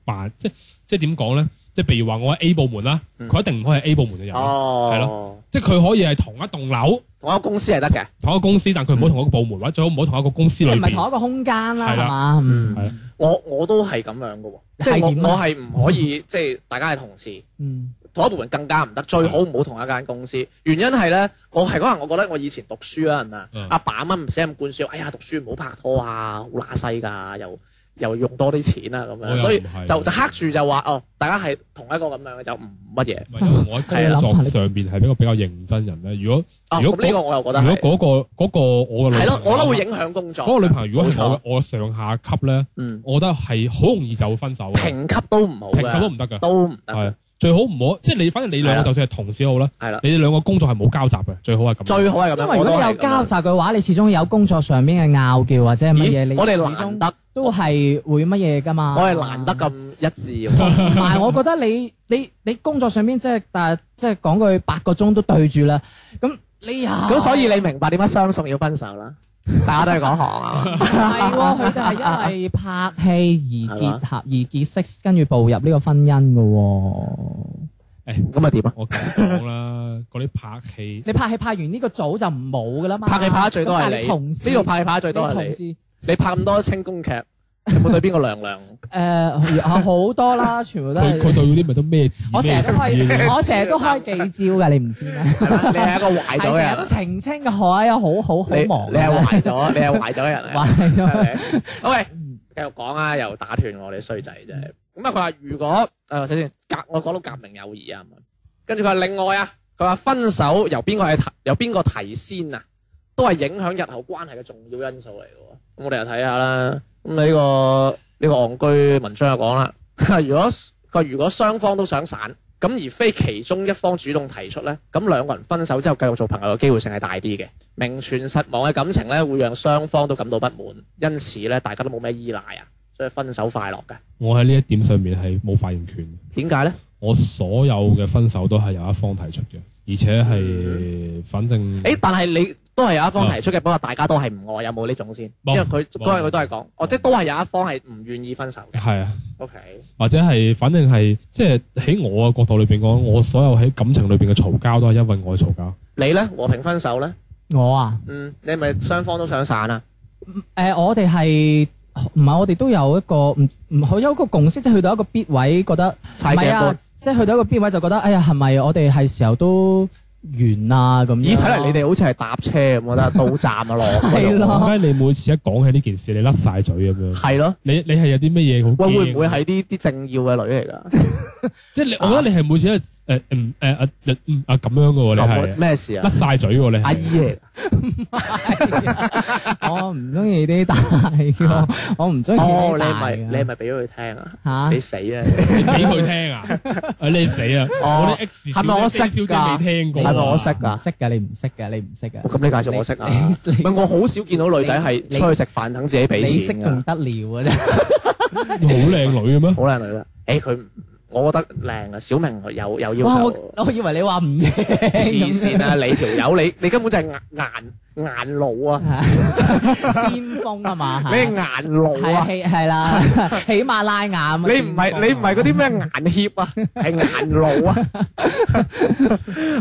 Speaker 3: 辦，即即係點講咧？即係譬如話我喺 A 部門啦，
Speaker 4: 嗯
Speaker 3: 佢、一定唔可以係 A 部門嘅人，係
Speaker 4: 哦，
Speaker 3: 即係佢可以係同一棟樓、
Speaker 4: 同一個公司係得嘅，
Speaker 3: 同一個公司，但佢唔好同一個部
Speaker 4: 嗯
Speaker 3: 門，或者最好唔好同一個公司
Speaker 2: 即
Speaker 3: 裏
Speaker 2: 係唔係
Speaker 3: 邊。
Speaker 2: 同一個空間啦，
Speaker 3: 係啦
Speaker 2: 係嘛？嗯
Speaker 3: 係啦
Speaker 4: 我我都係咁樣嘅喎，即係
Speaker 2: 係點
Speaker 4: 我
Speaker 2: 啊
Speaker 4: 我係唔可以即係大家係同事。
Speaker 2: 嗯，
Speaker 4: 同一部門更加唔得，
Speaker 3: 嗯
Speaker 4: 最好唔好同一間公司。原因係咧，我係可能我覺得我以前讀書嗰陣啊
Speaker 3: 嗯，
Speaker 4: 阿爸阿媽唔使咁灌輸，哎呀讀書唔好拍拖啊，好乸西㗎，又又用多啲錢啊咁
Speaker 3: 我又
Speaker 4: 樣，所以
Speaker 3: 唔係
Speaker 4: 就就黑住就話哦，大家係同一個咁樣嘅就唔乜嘢。
Speaker 3: 唔係因為我喺工作上邊係比較比較認真人咧。如果
Speaker 4: 哦，
Speaker 3: 如果
Speaker 4: 咁呢個 我又覺得
Speaker 3: 如
Speaker 4: 係
Speaker 3: 果嗰、個嗰、個我嘅女
Speaker 4: 係
Speaker 3: 朋友
Speaker 4: 咯，
Speaker 3: 啊
Speaker 4: 我覺得會影響工作。
Speaker 3: 嗰個女朋友，如果係
Speaker 4: 冇
Speaker 3: 我
Speaker 4: 錯
Speaker 3: 嘅我嘅上下級咧，
Speaker 4: 嗯，
Speaker 3: 我覺得係好容易就會分手嘅，
Speaker 4: 評級都唔好
Speaker 3: 評級都
Speaker 4: 嘅，
Speaker 3: 唔得㗎，
Speaker 4: 都唔得嘅
Speaker 3: 係，啊最好唔好，即係你反正你兩
Speaker 4: 係啦
Speaker 3: 個就算係同事都好啦，
Speaker 4: 係啦，
Speaker 3: 你哋兩個工作係冇交集嘅，最好係咁。
Speaker 4: 最好係咁啊樣。
Speaker 2: 因為如果
Speaker 4: 我都
Speaker 2: 你
Speaker 4: 係
Speaker 2: 有交
Speaker 4: 咁樣
Speaker 2: 集嘅話，你始終有工作上面嘅拗撬或者係乜嘢，你
Speaker 4: 咦，我哋
Speaker 2: 始
Speaker 4: 難
Speaker 2: 終
Speaker 4: 得，
Speaker 2: 都係會乜嘢㗎嘛？
Speaker 4: 我係難得咁一致喎。
Speaker 2: 同埋我覺得你你你工作上面即係但係即係講句八個鐘都對住啦，咁你呀
Speaker 4: 咁所以你明白點解相送要分手啦？大家都係講行啊嘛。
Speaker 2: 唔係喎，佢哋係因為拍戲而結
Speaker 4: 啊
Speaker 2: 合而結識，跟住步入呢個婚姻嘅喎。
Speaker 4: 咁啊點啊？
Speaker 3: 我咁講啦，嗰啲拍戲
Speaker 2: 你拍戲拍完呢個組就冇噶啦嘛，
Speaker 4: 拍戲拍得最多
Speaker 2: 咁但
Speaker 4: 係
Speaker 2: 係
Speaker 4: 你，
Speaker 2: 同事
Speaker 4: 呢度拍戲拍得最多係
Speaker 2: 同
Speaker 4: 你。
Speaker 2: 事
Speaker 4: 你拍咁多清宮劇，有冇對邊個娘 娘？
Speaker 2: 誒呃啊好多啦，全部都
Speaker 3: 佢佢
Speaker 2: 係。
Speaker 3: 對嗰啲咪都咩字
Speaker 2: 我成
Speaker 3: 咩
Speaker 2: 日都
Speaker 3: 字
Speaker 2: 開，我成日都開記招㗎，你唔知咩？
Speaker 4: 係咪你係一個
Speaker 2: 係
Speaker 4: 壞咗嘅
Speaker 2: 成日
Speaker 4: 人
Speaker 2: 都。澄清嘅，海啊，啊好好好
Speaker 4: 你
Speaker 2: 忙㗎。
Speaker 4: 啊你係壞咗，你係壞咗嘅人 啊
Speaker 2: 壞
Speaker 4: 嚟。
Speaker 2: 咗。
Speaker 4: 好喂，繼續講啊！又打斷我，你衰仔啫。咁啊，佢話如果誒首先革，我講到革命友誼啊，咁啊跟住佢話另外啊，佢話分手由邊個係提由邊個提先啊，都係影響日後關係嘅重要因素嚟嘅喎。咁我哋又睇下啦。咁呢、個呢、個戇居文章就講啦， 如果佢話如果雙方都想散。咁而非其中一方主動提出呢，咁兩個人分手之後繼續做朋友嘅機會性係大啲嘅。名存實亡嘅感情呢，會讓雙方都感到不滿，因此呢，大家都冇咩依賴啊，所以分手快樂嘅。
Speaker 3: 我喺呢一點上面係冇發言權嘅。
Speaker 4: 點解呢？
Speaker 3: 我所有嘅分手都係由一方提出嘅，而且
Speaker 2: 嗯
Speaker 3: 係反正
Speaker 4: 誒，但係你都係有一方提出嘅，不過大家都係唔愛，有冇呢種先？因
Speaker 3: 冇
Speaker 4: 為佢
Speaker 3: 冇
Speaker 4: 嗰日佢都係講，哦，即係都係有一方係唔願意分手嘅。
Speaker 3: 係啊，
Speaker 4: OK，
Speaker 3: 或者係反正係即係喺我嘅角度裏邊講，我所有喺感情裏邊嘅嘈交都係因為我嘈交。
Speaker 4: 你呢？和平分手呢？
Speaker 2: 我啊，
Speaker 4: 嗯，你係咪雙方都想散啊？
Speaker 2: 誒，呃我哋係唔係我哋都有一個唔唔好有一個共識，即係去到一個必位，覺得。
Speaker 4: 晒
Speaker 2: 唔係
Speaker 4: 頸
Speaker 2: 啊
Speaker 4: 波。，
Speaker 2: 即係去到一個邊位就覺得，哎呀，係咪我哋係時候都完啦咁樣？
Speaker 4: 咦，睇嚟你哋好似係搭車咁，我覺得到站啊落嗰
Speaker 2: 係
Speaker 4: 種。
Speaker 2: 咯
Speaker 3: 點解你每次一講起呢件事，你甩晒嘴咁樣？
Speaker 4: 係咯，
Speaker 3: 你你係有啲乜嘢好驚？啊
Speaker 4: 喂，會唔會係啲啲政要嘅女嚟㗎？
Speaker 3: 即係你？我覺得你係每次都係誒嗯誒啊嗯啊咁樣嘅喎，你
Speaker 4: 咁
Speaker 3: 係
Speaker 4: 咩事啊
Speaker 3: 甩？晒嘴喎，你係
Speaker 4: 阿姨 嚟㗎，
Speaker 2: 啊我唔中意啲大嘅，我唔中意
Speaker 4: 哦，
Speaker 2: 啲
Speaker 4: 你係
Speaker 2: 大
Speaker 4: 咪你係
Speaker 2: 嘅。
Speaker 4: 咪俾咗佢聽啊？
Speaker 2: 嚇
Speaker 4: 你死啊！
Speaker 3: 你俾佢聽啊！ 啊你死啊！
Speaker 4: 哦
Speaker 3: 我啲 X
Speaker 4: 係咪我識㗎
Speaker 3: 小姐未聽過啊？
Speaker 4: 係咪我識㗎
Speaker 2: 唔識㗎，你唔識㗎，你唔識㗎。
Speaker 4: 咁你介紹我識啊？
Speaker 2: 你
Speaker 4: 唔係我好少見到女仔係
Speaker 2: 你
Speaker 4: 出去食飯等自己俾
Speaker 2: 你識
Speaker 4: 錢
Speaker 2: 仲
Speaker 4: 㗎，
Speaker 2: 得了啊！真係
Speaker 3: 好靚女嘅 咩？
Speaker 4: 好靚女㗎。誒佢唔，我覺得靚啊，小明有有要
Speaker 2: 哇！
Speaker 4: 求
Speaker 2: 我。我以為你話唔
Speaker 4: 黐
Speaker 2: 黐
Speaker 4: 線啊！你條友你你根本就係硬硬硬路啊！
Speaker 2: 巔峰啊嘛
Speaker 4: 你，
Speaker 2: 係
Speaker 4: 係硬路
Speaker 2: 係啊
Speaker 4: 啊！
Speaker 2: 喜係啦，喜馬拉雅咁啊
Speaker 4: 你唔係
Speaker 2: à.
Speaker 4: 你唔係嗰啲咩硬協 啊，係硬路 啊！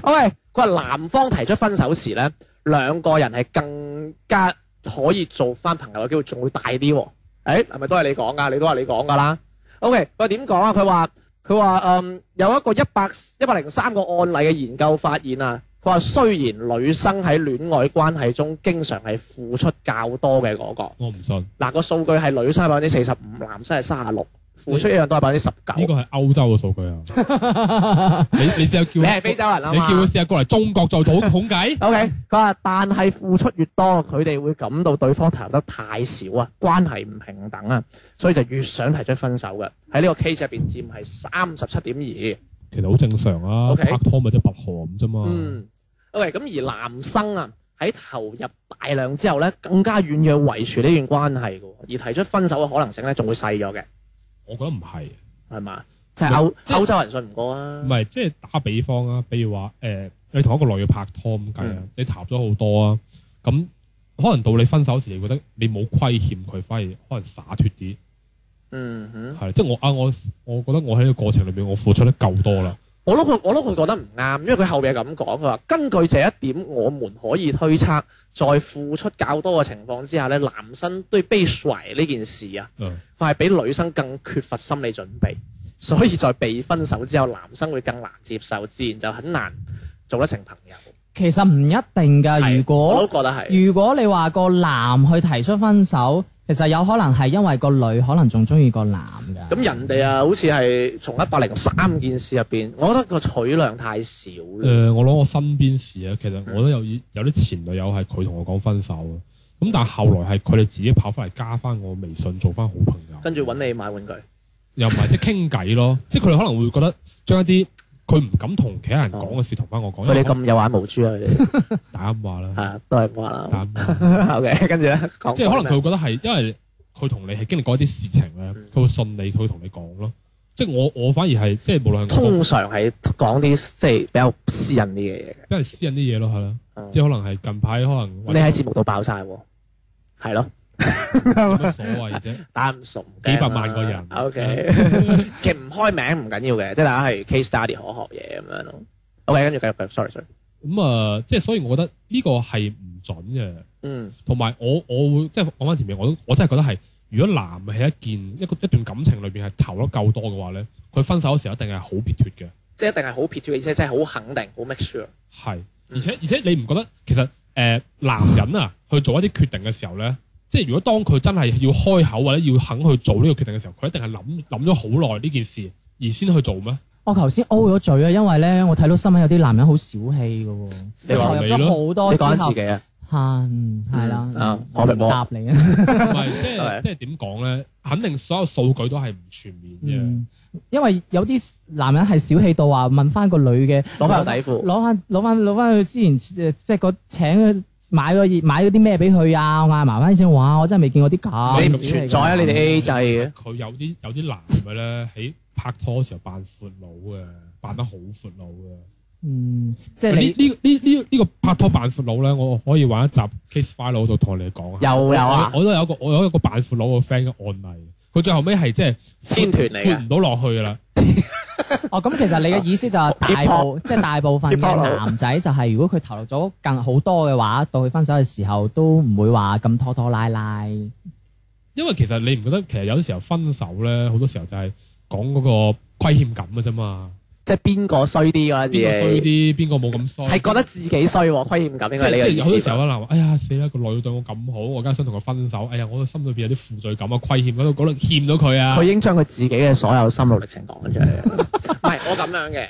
Speaker 4: 喂，佢話男方提出分手時咧，兩個人係更加可以做翻朋友嘅機會仲會大啲喎。誒係咪都係你講噶？你都話你講噶啦。OK，佢點講啊？佢話佢話嗯有一個一百一百零三個案例嘅研究發現啊。佢話雖然女生喺戀愛關係中經常係付出較多嘅嗰、個，
Speaker 3: 我唔信，呢
Speaker 4: 嗱個數據係女生係百分之四十五，男生係三十六，付出一樣都係百分之十
Speaker 3: 個
Speaker 4: 九。
Speaker 3: 係歐洲嘅數據啊！ 你你試下叫
Speaker 4: 你係非洲人啊
Speaker 3: 你叫
Speaker 4: 嘛，
Speaker 3: 佢試下過嚟中國做統統計
Speaker 4: O K，佢話但係付出越多，佢哋會感到對方投入得太少啊，關係唔平等啊，所以就越想提出分手嘅。喺呢個 case 入邊佔係三十七點
Speaker 3: 其實好正常啊。
Speaker 4: OK
Speaker 3: 拍拖咪即係拔河咁啫
Speaker 4: 二。
Speaker 3: 嘛。
Speaker 4: 嗯，O K，咁而男生啊喺投入大量之後咧，更加願意去維持呢段關係嘅喎，而提出分手嘅可能性咧，仲會細咗嘅，
Speaker 3: 我覺得唔係，
Speaker 4: 係嘛？即係歐
Speaker 3: 即係
Speaker 4: 歐洲人信唔過啊
Speaker 3: 唔。係即係打比方啊。比如話誒，你同一個女嘅拍拖咁計啊
Speaker 4: 嗯，
Speaker 3: 你談咗好多啊，咁可能到你分手時，你覺得你冇虧欠佢，反而可能灑脱啲，
Speaker 4: 嗯哼，
Speaker 3: 係即係我啊，我我覺得我喺呢個過程裏邊，我付出得夠多啦，
Speaker 4: 我諗佢我諗佢覺得唔啱，因為佢後邊係咁講，佢話根據這一點，我們可以推測，在付出較多嘅情況之下咧，男生對被甩呢件事啊，
Speaker 3: 嗯，
Speaker 4: 佢係比女生更缺乏心理準備， 所以在被分手之後，男生會更難接受，自然就很難做得成朋友。
Speaker 2: 其實唔一定㗎。
Speaker 4: 係
Speaker 2: 如果
Speaker 4: 我都覺得係，
Speaker 2: 如果你話個男去提出分手，其實有可能係因為個女可能仲中意個男㗎。
Speaker 4: 咁人哋啊，好似係從一百零三件事入邊，我覺得個取量太少
Speaker 3: 誒、
Speaker 4: 啦。
Speaker 3: 我攞我身邊事啊，其實
Speaker 4: 嗯
Speaker 3: 我都有有啲前女友係佢同我講分手啊，咁但係後來係佢哋自己跑翻嚟加翻我微信，做翻好朋友，
Speaker 4: 跟住揾你買玩具，
Speaker 3: 又唔係即係傾偈咯，即係佢哋可能會覺得將一啲佢唔敢同其他人講嘅事同翻我講，
Speaker 4: 哦佢哋咁有眼無珠啊！佢哋
Speaker 3: 打暗話啦，
Speaker 4: 啊，都係冇話啦。
Speaker 3: 打暗話。
Speaker 4: OK，跟住咧，講
Speaker 3: 即係可能佢會
Speaker 4: 佢
Speaker 3: 覺得係因為佢同你係經歷過一啲事情咧，
Speaker 4: 嗯
Speaker 3: 佢會信你，佢會同你講咯。即係我我反而係即係無論係我
Speaker 4: 通常係講啲即係比較私隱啲嘅嘢嘅。
Speaker 3: 因為私隱啲嘢咯，係啦，
Speaker 4: 嗯
Speaker 3: 即係可能係近排可能
Speaker 4: 你喺節目度爆晒喎，係咯，
Speaker 3: 有乜所謂啫？
Speaker 4: 打唔熟
Speaker 3: 幾百萬個人
Speaker 4: O K，其實唔開名唔緊要嘅，即係大家係 case study 可學嘢咁樣咯。OK，跟住繼續繼續，sorry sorry，
Speaker 3: 咁啊，即係所以我覺得呢個係唔準嘅。
Speaker 4: 嗯
Speaker 3: 同埋我我會即係講翻前面，我都我真係覺得係，如果男嘅喺一件一個一段感情裏邊係投得夠多嘅話咧，佢分手嘅時候一定係好撇脱嘅。
Speaker 4: 即係一定係好撇脱嘅意思，即係好肯定，好 make sure。
Speaker 3: 係，
Speaker 4: 嗯
Speaker 3: 而且而且你唔覺得其實誒、呃男人啊去做一啲決定嘅時候咧，即係如果當佢真係要開口或者要肯去做呢個決定嘅時候，佢一定係諗諗咗好耐呢件事而先去做咩？
Speaker 2: 我頭先 O 咗嘴啊，因為咧我睇到新聞有啲男人好小氣㗎喎，
Speaker 4: 你
Speaker 2: 投
Speaker 4: 講
Speaker 2: 入咗好多
Speaker 4: 你
Speaker 2: 之
Speaker 4: 講緊
Speaker 2: 後
Speaker 4: 自，己啊？
Speaker 2: 嚇嗯係啦
Speaker 4: 嗯，啊我明
Speaker 2: 唔答你啊。
Speaker 3: 唔係即係
Speaker 4: 係
Speaker 3: 即係點講咧？肯定所有數據都係唔全面嘅。
Speaker 2: 嗯，因為有啲男人係小氣到話問翻個女嘅
Speaker 4: 攞翻條底褲。
Speaker 2: 攞翻攞翻攞翻佢之前誒即係個請佢買咗買咗啲咩俾佢啊！我嗌埋翻先，哇！我真係未見過啲咁
Speaker 4: 你唔
Speaker 2: 小氣嘅
Speaker 4: 存在啊！你哋 A A 制嘅，
Speaker 3: 佢有啲有啲男嘅咧喺拍拖嘅時候扮闊佬嘅，扮得好闊佬嘅。
Speaker 2: 嗯，即係
Speaker 3: 呢
Speaker 2: 你
Speaker 3: 呢呢呢呢個拍拖扮闊佬咧，我可以玩一集 case file 度同你哋講下。
Speaker 4: 又有啊
Speaker 3: 我我都有一個我有一個扮闊佬個 friend 嘅案例，佢最後尾係即係
Speaker 4: 天團嚟
Speaker 3: 闊
Speaker 4: 嘅，
Speaker 3: 唔到落去㗎啦。
Speaker 2: 哦咁，其實你嘅意思就係大部即係大部分嘅男仔就係如果佢投入咗更好多嘅話，到佢分手嘅時候都唔會話咁拖拖拉拉。
Speaker 3: 因為其實你唔覺得其實有啲時候分手咧，好多時候就係講嗰個虧欠感嘅啫嘛。
Speaker 4: 即係邊個衰啲㗎？自
Speaker 3: 邊個衰
Speaker 4: 己
Speaker 3: 啲，邊個冇咁衰。
Speaker 4: 係覺得自己衰喎，虧欠感應
Speaker 3: 即
Speaker 4: 該係呢個
Speaker 3: 係
Speaker 4: 意
Speaker 3: 有啲
Speaker 4: 思
Speaker 3: 時候
Speaker 4: 吧。
Speaker 3: 可能話，哎呀死啦，個女對我咁好，我而家想同佢分手，哎呀我心裏邊有啲負罪感啊，虧欠嗰度嗰度欠咗佢啊
Speaker 4: 佢。已經將佢自己嘅所有心路歷程講咗出嚟。唔係我咁樣嘅，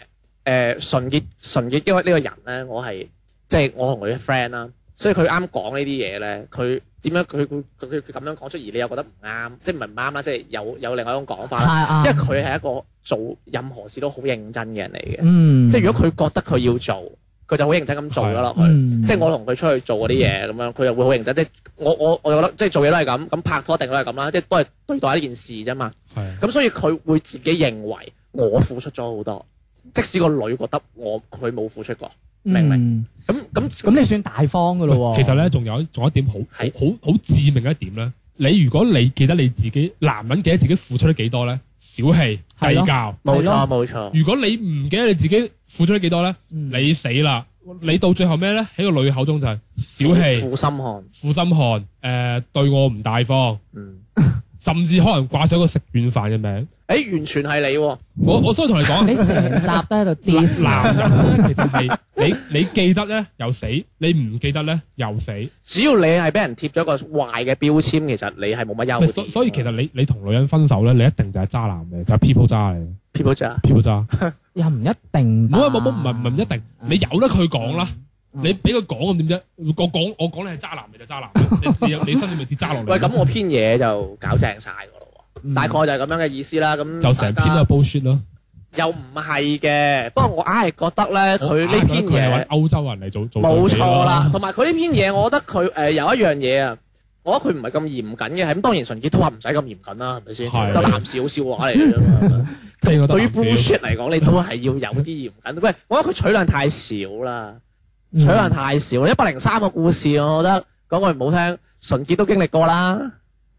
Speaker 4: 誒純潔純潔，因為呢個人咧，我係即係我同佢嘅 friend 啦，所以佢啱講呢啲嘢咧，佢點樣佢佢佢佢咁樣講出，而你又覺得唔啱，即係唔係唔啱啦，即係有有另外一種講法啦。
Speaker 2: 係
Speaker 4: 因
Speaker 2: 啊
Speaker 4: 為，佢係一個做任何事都好認真嘅人嚟嘅。
Speaker 2: 嗯，
Speaker 4: 即係如果佢覺得佢要做，佢就好認真咁做咗落去。
Speaker 2: 嗯
Speaker 4: 即係我同佢出去做嗰啲嘢咁樣，佢就會好認真。即係我我我覺得即係做嘢都係咁，咁拍拖定都係咁啦，即係都係對待呢件事啫嘛。
Speaker 3: 係啊
Speaker 4: 咁所以佢會自己認為我付出咗好多，即使個女覺得我佢冇付出過。明
Speaker 2: 明，
Speaker 4: 咁咁
Speaker 2: 咁你算大方噶咯喎。
Speaker 3: 其實咧，仲有仲有一點好好
Speaker 4: 係
Speaker 3: 好好致命嘅一點咧。你如果你記得你自己男人記得自己付出咗幾多咧，小氣
Speaker 2: 係咯
Speaker 3: 計較。
Speaker 4: 冇
Speaker 2: 係咯
Speaker 4: 錯冇錯，
Speaker 3: 如果你唔記得你自己付出咗幾多咧，
Speaker 2: 嗯，
Speaker 3: 你死啦！你到最後咩咧？喺個女口中就係小氣、
Speaker 4: 負心漢。
Speaker 3: 負心漢，誒、對我唔大方，
Speaker 4: 嗯，
Speaker 3: 甚至可能掛上一個食軟飯嘅名。
Speaker 4: 誒完全係你喎，
Speaker 3: 我我所以同你講，啊
Speaker 2: 你成集都喺度 diss
Speaker 3: 男人咧其實係你你記得咧又死，你唔記得咧又死。
Speaker 4: 只要你係俾人貼咗個壞嘅標籤，其實你係冇乜優
Speaker 3: 咪
Speaker 4: 點
Speaker 3: 所所以其實你你同女人分手咧，你一定就係渣男嚟，就係 people 渣嚟
Speaker 4: people 咋
Speaker 3: ，people 渣。
Speaker 2: 又唔一定吧。
Speaker 3: 冇啊冇冇，唔係唔係唔一定，你由得佢講啦，
Speaker 2: 嗯
Speaker 3: 你俾佢講咁點啫？我講我講你係渣男，你就渣男，你你有你身裏咪啊跌渣落嚟。
Speaker 4: 喂，咁我篇嘢就搞正晒㗎咯喎。
Speaker 2: 嗯
Speaker 4: 大概就係咁樣嘅意思啦。咁
Speaker 3: 就成篇都係 bullshit 咯。
Speaker 4: 大家又唔係嘅，不過我硬係覺得咧，佢呢篇
Speaker 3: 我硬係覺得啊佢係揾
Speaker 4: 嘢
Speaker 3: 歐洲人嚟做做
Speaker 4: 冇
Speaker 3: 對比
Speaker 4: 錯
Speaker 3: 咯
Speaker 4: 啦，。同埋佢呢篇嘢，我覺得佢誒、呃有一樣嘢啊，我覺得佢唔係咁嚴謹嘅，係咁當然純潔都話唔使咁嚴謹啦，係咪先？
Speaker 3: 係
Speaker 4: 得男笑笑話嚟嘅啫嘛係咪。
Speaker 3: 即係 覺得
Speaker 4: 對於
Speaker 3: 男仔
Speaker 4: bullshit 嚟講，你都係要有啲嚴謹。喂，我覺得佢取量太少啦，取
Speaker 2: 嗯
Speaker 4: 量太少。一百零三個故事，我覺得講句唔好聽，純潔都經歷 過啦。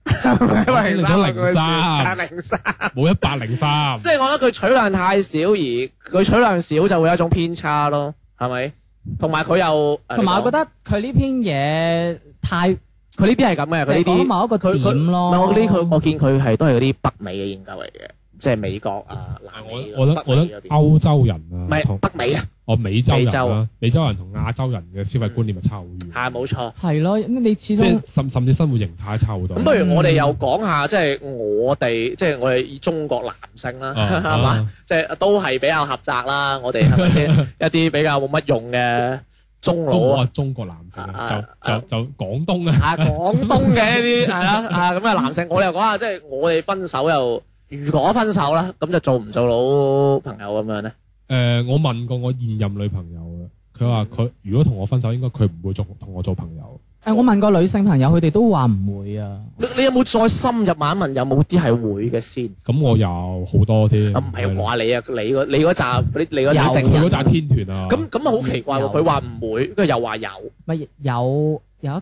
Speaker 4: 係咪
Speaker 3: 你講零三
Speaker 4: 啊零三，
Speaker 3: 冇一百零三，
Speaker 4: 即係我覺得佢取量太少，而佢取量少就會有一種偏差咯，係咪？同埋佢又，
Speaker 2: 同埋我覺得佢呢篇嘢太
Speaker 4: 佢呢啲係咁嘅，
Speaker 2: 就
Speaker 4: 佢呢
Speaker 2: 係
Speaker 4: 啲
Speaker 2: 講某一個
Speaker 4: 佢佢
Speaker 2: 點
Speaker 4: 唔
Speaker 2: 咯。
Speaker 4: 係我呢佢，我見佢係都係嗰啲北美嘅研究嚟嘅，即係美國啊、南
Speaker 3: 我
Speaker 4: 美
Speaker 3: 我覺得
Speaker 4: 北
Speaker 3: 我
Speaker 4: 美
Speaker 3: 覺
Speaker 4: 嗰
Speaker 3: 得
Speaker 4: 邊，
Speaker 3: 歐洲人
Speaker 4: 唔
Speaker 3: 啊，
Speaker 4: 係
Speaker 3: 同
Speaker 4: 北美啊，
Speaker 3: 哦美洲人
Speaker 4: 美洲啊嗯
Speaker 3: 啦，美洲人同亞洲人嘅消費觀念係差好遠，
Speaker 4: 係啊冇錯。
Speaker 2: 係咯，你始
Speaker 3: 即
Speaker 2: 終
Speaker 3: 係甚甚至生活形態差好多
Speaker 4: 咁。不如我哋又講下，即係我哋，即係我哋以中國男性啦，
Speaker 3: 啊
Speaker 4: 係嘛
Speaker 3: 啊？
Speaker 4: 即係都係比較狹窄啦，我哋 係咪先？一啲比較冇乜用嘅中
Speaker 3: 都
Speaker 4: 佬
Speaker 3: 冇
Speaker 4: 啊
Speaker 3: 話，中國男性
Speaker 4: 啊
Speaker 3: 啊
Speaker 4: 啊，
Speaker 3: 就就就廣東啊，
Speaker 4: 啊廣東嘅 一啲係啦，啊咁嘅男性，我哋又講下，即係我哋分手又如果分手啦，咁就做唔做老朋友咁樣咧？
Speaker 3: 誒呃我問過我現任女朋友嘅，佢
Speaker 4: 嗯
Speaker 3: 話佢如果同我分手，應該佢唔會做同我做朋友。
Speaker 2: 誒，我問過女性朋友，佢哋都話唔會啊。
Speaker 4: 你你有冇再深入問一問，有冇啲係會嘅先？
Speaker 3: 咁我有好多添，
Speaker 4: 啊嗯唔係
Speaker 3: 係啦
Speaker 4: 話你啊，你嗰你嗰扎你你嗰扎
Speaker 2: 有
Speaker 4: 正
Speaker 3: 佢
Speaker 4: 人
Speaker 3: 嗰扎天團啊，
Speaker 4: 咁咁啊好奇怪喎！
Speaker 2: 有
Speaker 4: 佢話唔會，跟住又話有，
Speaker 2: 咪有有一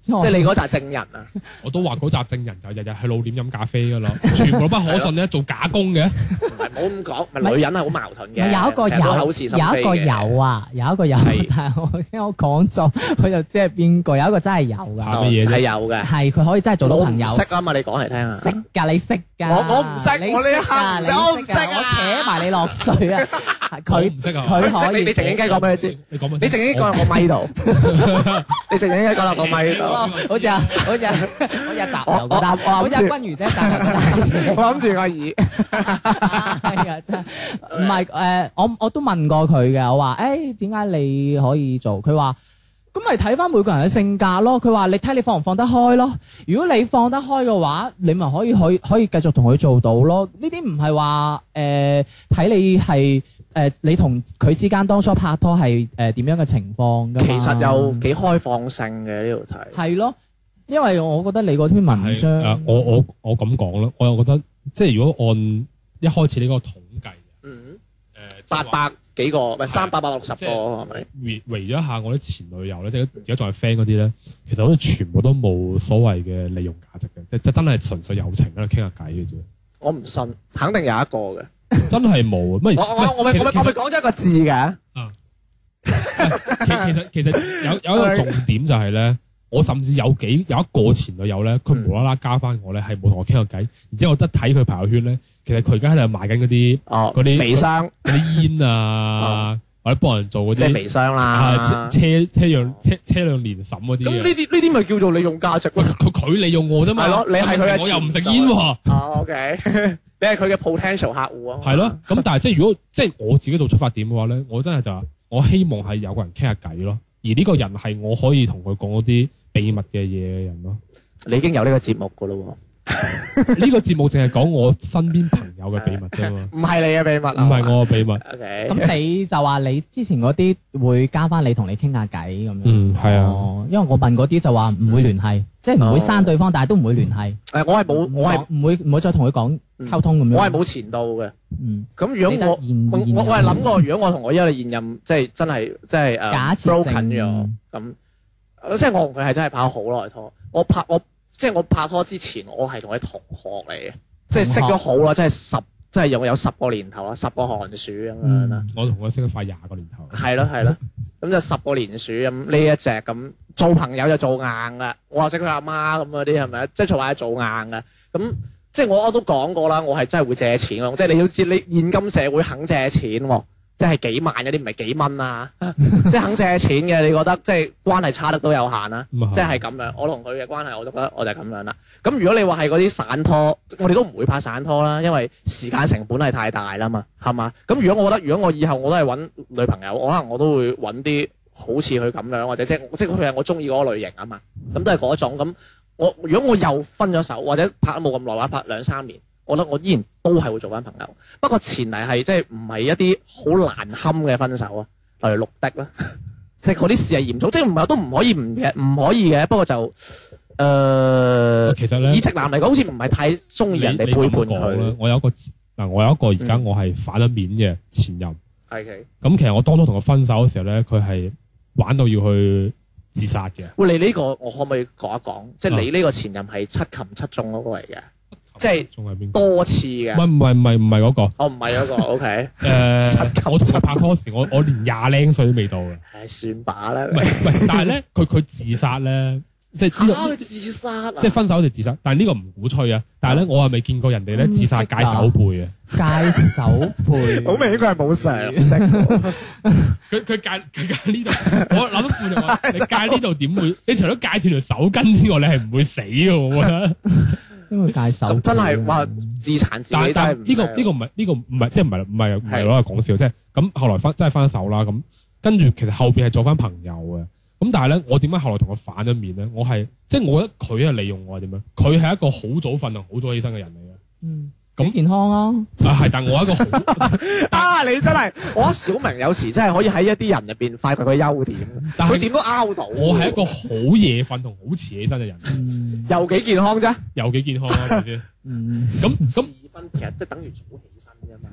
Speaker 2: 即
Speaker 4: 即係你嗰扎正人啊！
Speaker 3: 我都話嗰扎證人就日日去老點飲咖啡 噶啦，全部都不可信咧，做假工嘅。
Speaker 4: 唔係唔好咁講，咪
Speaker 2: 唔係
Speaker 4: 女人係好矛盾嘅，
Speaker 2: 有一個
Speaker 4: 成日都口是心
Speaker 2: 有，有
Speaker 4: 非
Speaker 2: 一個
Speaker 4: 嘅。
Speaker 2: 有啊，有一個有
Speaker 4: 係，
Speaker 2: 但係我聽我講咗，佢就知係邊個。有一個真係有
Speaker 3: 啊
Speaker 2: 㗎，
Speaker 4: 哦
Speaker 3: 乜嘢啫
Speaker 4: 係有嘅，
Speaker 2: 係佢可以真係做到
Speaker 4: 我
Speaker 2: 朋
Speaker 4: 唔
Speaker 2: 友。
Speaker 4: 識啊嘛，你講嚟聽啊。
Speaker 2: 識㗎，你識㗎。
Speaker 4: 我我唔識
Speaker 2: 你
Speaker 4: 我呢一刻
Speaker 2: 㗎
Speaker 4: 唔
Speaker 2: 你
Speaker 4: 識我唔識啊
Speaker 2: 㗎我扯埋你落水 啊！
Speaker 3: 我
Speaker 2: 佢
Speaker 3: 唔識啊
Speaker 2: 佢可以
Speaker 4: 你你靜靜雞講俾佢知，
Speaker 3: 你講乜？
Speaker 4: 你靜應該講我咪度，你靜應該講落個咪度。
Speaker 2: 哦好似啊，好似啊，好似啊，集
Speaker 4: 我
Speaker 2: 郵嗰單，
Speaker 4: 我我
Speaker 2: 好似啊，君如啫，集郵 嗰
Speaker 4: 我諗住個耳，
Speaker 2: 單，係啊，真係唔係誒，我我都問過佢嘅，我話誒點解你可以做？佢話咁咪睇翻每個人嘅性格咯。佢話你睇你放唔放得開咯。如果你放得開嘅話，你咪可以可以可以繼續同佢做到咯。呢啲唔係話誒睇你係。誒、你同佢之間當初拍拖係誒點樣嘅情況㗎嘛？
Speaker 4: 其實又幾開放性嘅呢度睇。
Speaker 2: 係咯，因為我覺得你嗰篇文
Speaker 3: 係誒
Speaker 4: 啊
Speaker 2: 章，
Speaker 3: 我我我咁講啦，我又覺得即係如果按一開始呢個統計，呃
Speaker 4: 嗯，
Speaker 3: 誒
Speaker 4: 八百幾個，唔係
Speaker 3: 係
Speaker 4: 三百百六十個
Speaker 3: 即係
Speaker 4: 係咪？
Speaker 3: 圍圍咗一下我啲前女友咧，即係而家仲係 friend 嗰啲咧，其實好似全部都冇所謂嘅利用價值嘅，即即真係純粹友情喺度傾下偈嘅啫，
Speaker 4: 我唔信，肯定有一個嘅。
Speaker 3: 真係冇。啊乜
Speaker 4: 我我我咪我咪我咪講咗一個字嘅，
Speaker 3: 其其實其實有有一個重點就係咧，我甚至有幾有一個前女友咧，
Speaker 4: 嗯
Speaker 3: 佢無啦啦加翻我咧，係冇同我傾過偈，然之後我得睇佢朋友圈咧，其實佢而家喺度賣緊嗰啲
Speaker 4: 哦，
Speaker 3: 嗰啲
Speaker 4: 微商
Speaker 3: 嗰啲煙
Speaker 4: 哦
Speaker 3: 啊，或者幫人做嗰
Speaker 4: 即係
Speaker 3: 啲
Speaker 4: 微商
Speaker 3: 啊
Speaker 4: 啦。
Speaker 3: 車車輛車車輛年審嗰啲
Speaker 4: 咁呢
Speaker 3: 啊。
Speaker 4: 啲呢啲咪叫做利用價值
Speaker 3: 喂，
Speaker 4: 咯？
Speaker 3: 佢佢利用我啫嘛，
Speaker 4: 係咯你係佢嘅
Speaker 3: 我又唔食
Speaker 4: 潛在
Speaker 3: 煙喎，
Speaker 4: 哦，OK，你 係佢嘅 potential 客户啊。
Speaker 3: 係咯。咁但係即係如果即係我自己做出發點嘅話咧，我真係就話我希望係有個人傾下偈咯，而呢個人係我可以同佢講嗰啲秘密嘅嘢嘅人 咯。
Speaker 4: 你已經有呢個節目噶咯
Speaker 3: 呢個節目淨係講我身邊朋友嘅秘密啫 嘛，
Speaker 4: 喎，唔係你嘅秘密
Speaker 3: 唔
Speaker 4: 啊，
Speaker 3: 係我嘅秘密。
Speaker 4: OK，
Speaker 2: 咁你就話你之前嗰啲會加翻你同你傾下偈咁樣。
Speaker 3: 嗯，係啊，
Speaker 2: 哦，因為我問嗰啲就話唔會聯繫，即係唔會刪對方，但係都唔會聯繫。
Speaker 4: 誒，我係冇，我係
Speaker 2: 唔講唔會唔會再同佢講溝通咁樣。
Speaker 4: 我係冇前度嘅。
Speaker 2: 嗯，
Speaker 4: 咁如
Speaker 2: 你得
Speaker 4: 果
Speaker 2: 現
Speaker 4: 我我
Speaker 2: 現
Speaker 4: 我
Speaker 2: 任
Speaker 4: 我係諗過，如果我同我依家嘅現任即係真係即係誒
Speaker 2: 假設性
Speaker 4: broken 咗咁，呃即係我同佢係真係拍咗好耐拖。我拍我即係我拍拖之前，我係同佢同學嚟嘅，即係識咗好耐，即係十即係有有十個年頭啦，十個寒暑咁樣啦。
Speaker 2: 嗯
Speaker 3: 我同佢識咗快廿個年頭。
Speaker 4: 係咯係咯，咁就十個連鼠咁呢一隻咁做朋友就做硬噶，我又識佢阿媽咁嗰啲係咪？即係做下做硬噶，咁即係我我都講過啦，我係真係會借錢咯，即係你要知你現今社會肯借錢喎。即係幾萬嗰啲唔係幾蚊啊！ 即係肯借錢嘅，你覺得即係關係差得都有限啦、
Speaker 3: 咁啊係
Speaker 4: 即係咁樣，我同佢嘅關係我都覺得我就係咁樣啦。咁如果你話係嗰啲散拖，我哋都唔會拍散拖啦，因為時間成本係太大啦嘛，係嘛？咁如果我覺得，如果我以後我都係揾女朋友，我可能我都會揾啲好似佢咁樣，或者即係即係佢係我中意嗰個類型啊嘛。咁都係嗰種咁。我如果我又分咗手，或者拍咗冇咁耐，或者拍兩三年，我覺得我依然都係會做翻朋友。不過前提係即係唔係一啲好難堪嘅分手啊，例如綠的啦， 即係嗰啲事係嚴重，即係唔係都唔可以唔嘅，唔可以嘅。不過就誒。呃
Speaker 3: 其實咧，
Speaker 4: 以直男嚟講，好似唔係太中意人哋
Speaker 3: 你
Speaker 4: 背
Speaker 3: 你
Speaker 4: 叛
Speaker 3: 咁講啦
Speaker 4: 佢。嗯
Speaker 3: 我有一個嗱，我有一個而家我係反咗面嘅前任。
Speaker 4: 係嘅，
Speaker 3: 咁其實我當初同佢分手嘅時候咧，佢係玩到要去自殺嘅。
Speaker 4: 喂，你呢個我可唔可以講一講？即
Speaker 3: 啊
Speaker 4: 係你呢個前任係七擒七中嗰個嚟嘅，即係
Speaker 3: 仲係邊個？
Speaker 4: 多次
Speaker 3: 唔
Speaker 4: 嘅
Speaker 3: 係。唔係唔係唔係嗰 個。
Speaker 4: 我唔係嗰個，OK，
Speaker 3: 誒
Speaker 4: 七級
Speaker 3: 我同佢拍拖時，我我連廿零歲都未到嘅。
Speaker 4: 唉，算把啦
Speaker 3: 唔。 係唔 係，但係咧，佢佢自殺咧，即係
Speaker 4: 嚇
Speaker 3: 呢個
Speaker 4: 佢自殺啊！
Speaker 3: 即係分手就自殺，但係呢個唔鼓吹啊。但係咧，我係未見過人哋咧
Speaker 2: 嗯
Speaker 3: 自殺解手背啊。
Speaker 2: 戒手背，
Speaker 4: 好明顯佢係啊冇常識喎。
Speaker 3: 佢佢戒佢戒呢度，我諗副就 話你戒呢度點會？你除咗戒斷條手筋之外，你係唔會死嘅。我覺得。
Speaker 2: 因為戒手
Speaker 4: 咁
Speaker 2: 背
Speaker 4: 真係話自殘自
Speaker 3: 但
Speaker 4: 己真係
Speaker 3: 但
Speaker 4: 唔
Speaker 3: 呢個
Speaker 4: 係
Speaker 3: 呢個唔係呢個唔係即係唔係唔係唔係
Speaker 4: 係
Speaker 3: 攞嚟講笑，即係咁後來分真係分手啦。咁跟住其實後邊係做翻朋友嘅。咁但係咧，我點解後來同佢反咗面咧？我係即係我覺得佢係利用我係點樣？佢係一個好早瞓同好早起身嘅人嚟
Speaker 2: 嗯
Speaker 3: 咁
Speaker 2: 幾健康 啊，
Speaker 3: 嘅。啊係，但我係一個好
Speaker 4: 啊！你真係， 我覺得小明有時真係可以喺一啲人入邊發掘佢優點，
Speaker 3: 但係
Speaker 4: 佢點都 out 到。
Speaker 3: 我係一個好夜瞓同好遲起身嘅人，
Speaker 2: 嗯
Speaker 4: 又幾健康啫，
Speaker 3: 有幾健康啊？係咪先？
Speaker 2: 嗯，
Speaker 3: 咁咁
Speaker 4: 時分其實即係等於早起身 啫嘛，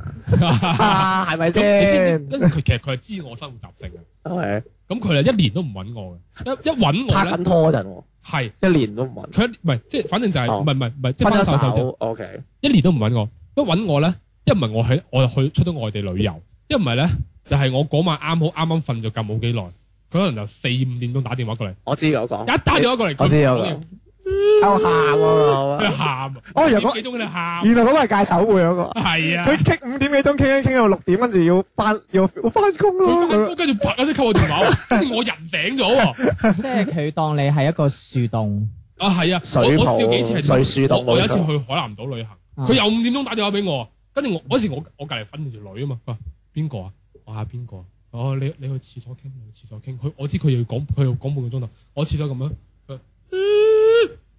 Speaker 3: 咁
Speaker 4: 啊係咪
Speaker 3: 你知
Speaker 4: 先
Speaker 3: 唔？知？跟住佢其實佢係知我生活習性嘅。
Speaker 4: 係
Speaker 3: 咁佢就一年都唔揾我嘅，一一揾
Speaker 4: 拍
Speaker 3: 我咧
Speaker 4: 緊拖嗰陣喎，
Speaker 3: 係
Speaker 4: 一年都唔揾，
Speaker 3: 佢一唔係即係反正就係
Speaker 4: 哦
Speaker 3: 唔係唔係唔係即係
Speaker 4: 分咗
Speaker 3: 分手就
Speaker 4: 手，OK，
Speaker 3: 一年都唔揾我，一揾我咧，一唔係我喺我就去出咗外地旅遊，一唔係咧就係、我嗰晚啱好啱啱瞓咗覺冇幾耐，佢可能就四五點鐘打電話過嚟，
Speaker 4: 我知嗰個，
Speaker 3: 一打電話過嚟，
Speaker 4: 我知
Speaker 3: 佢
Speaker 4: 有個
Speaker 3: 佢
Speaker 4: 喺度喊喎，
Speaker 3: 喊，
Speaker 4: 哦
Speaker 3: 四
Speaker 4: 原來
Speaker 3: 點
Speaker 4: 嗰
Speaker 3: 幾鐘佢就喊，啊
Speaker 4: 原來嗰個係戒手會嗰個，
Speaker 3: 係啊，
Speaker 4: 佢傾五點幾鐘傾一傾到六點，跟住要翻要翻工
Speaker 3: 佢返工
Speaker 4: 咯，
Speaker 3: 跟住啪一聲溝我電話喎，跟住我人醒咗喎，
Speaker 2: 即係佢當你係一個樹洞，
Speaker 3: 啊係啊，
Speaker 4: 水
Speaker 3: 我
Speaker 4: 泡
Speaker 3: 我試過幾次係
Speaker 4: 水樹洞
Speaker 3: 我我有一次去海南島旅行，
Speaker 4: 嗯
Speaker 3: 佢又五點鐘打電話俾我，跟住我嗰時我我隔離瞓住條女啊嘛，佢話邊個啊？我下邊個啊？哦，你你去廁所傾，你去廁所傾。佢我知佢要講，佢要講半個鐘頭。我廁所咁樣，佢呃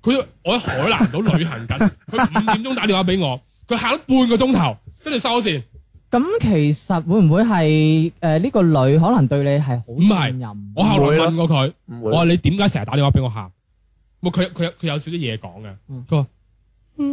Speaker 3: 佢我喺海南島旅行緊，佢五點鐘打電話俾我，佢行咗半個鐘頭，跟住收線。
Speaker 2: 咁其實會唔會係誒呢個女可能對你係
Speaker 3: 唔係
Speaker 2: 好信任？
Speaker 3: 我後來問過佢，
Speaker 4: 唔
Speaker 3: 我
Speaker 4: 會
Speaker 3: 話你點解成日打電話俾我喊？冇佢佢佢有少少嘢講嘅
Speaker 2: 嗯，
Speaker 3: 佢話。呃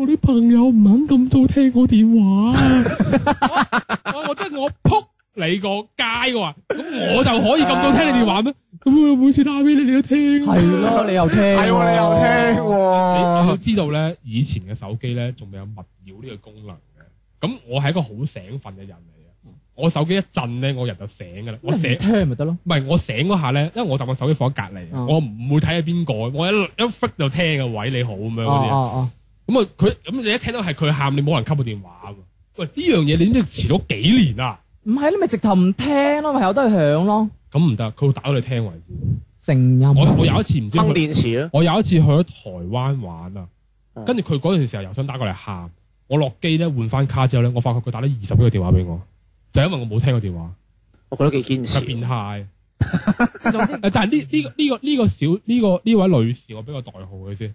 Speaker 3: 我啲朋友唔肯咁早聽我電話啊，我我真係我撲你個街我話，咁我就可以咁早聽你電話咩？咁我每次打俾你，你都聽啊。
Speaker 2: 係咯，你又聽喎，
Speaker 4: 係喎，你又聽
Speaker 3: 你要
Speaker 4: 喎，
Speaker 3: 知道咧，以前嘅手機咧仲未有勿擾呢個功能嘅。咁我係一個好醒瞓嘅人嚟嘅，我手機一震咧，我人就醒噶啦。我
Speaker 2: 咁你
Speaker 3: 醒
Speaker 2: 唔聽咪得咯。
Speaker 3: 唔係我醒嗰下咧，因為我就我手機放喺隔離，
Speaker 2: 嗯
Speaker 3: 我唔會睇係邊個，我一一忽就聽嘅位你好咁樣
Speaker 2: 哦
Speaker 3: 嗰啲嘢。
Speaker 2: 哦
Speaker 3: 咁啊，佢咁你一聽到係佢喊，你冇人扱個電話喎。喂，呢樣嘢你都遲咗幾年啦，
Speaker 2: 哦，唔係你咪直頭唔聽咯，咪由得佢響咯，
Speaker 3: 咁唔得，佢會打到你聽為止。
Speaker 2: 靜音。
Speaker 3: 我我有一次唔知
Speaker 4: 掹
Speaker 3: 去，
Speaker 4: 電池咯。
Speaker 3: 我有一次去咗台灣玩啊，
Speaker 4: 嗯
Speaker 3: 跟住佢嗰段時候郵箱打過嚟喊，我落機咧換翻卡之後咧，我發覺佢打咗二十幾個電話俾我，就因為我冇聽過電話，
Speaker 4: 我覺得幾堅
Speaker 3: 佢變
Speaker 4: 持。
Speaker 3: 態。
Speaker 2: 總之
Speaker 3: 但係呢呢個呢個呢個小呢個呢位女士，我俾個代號佢先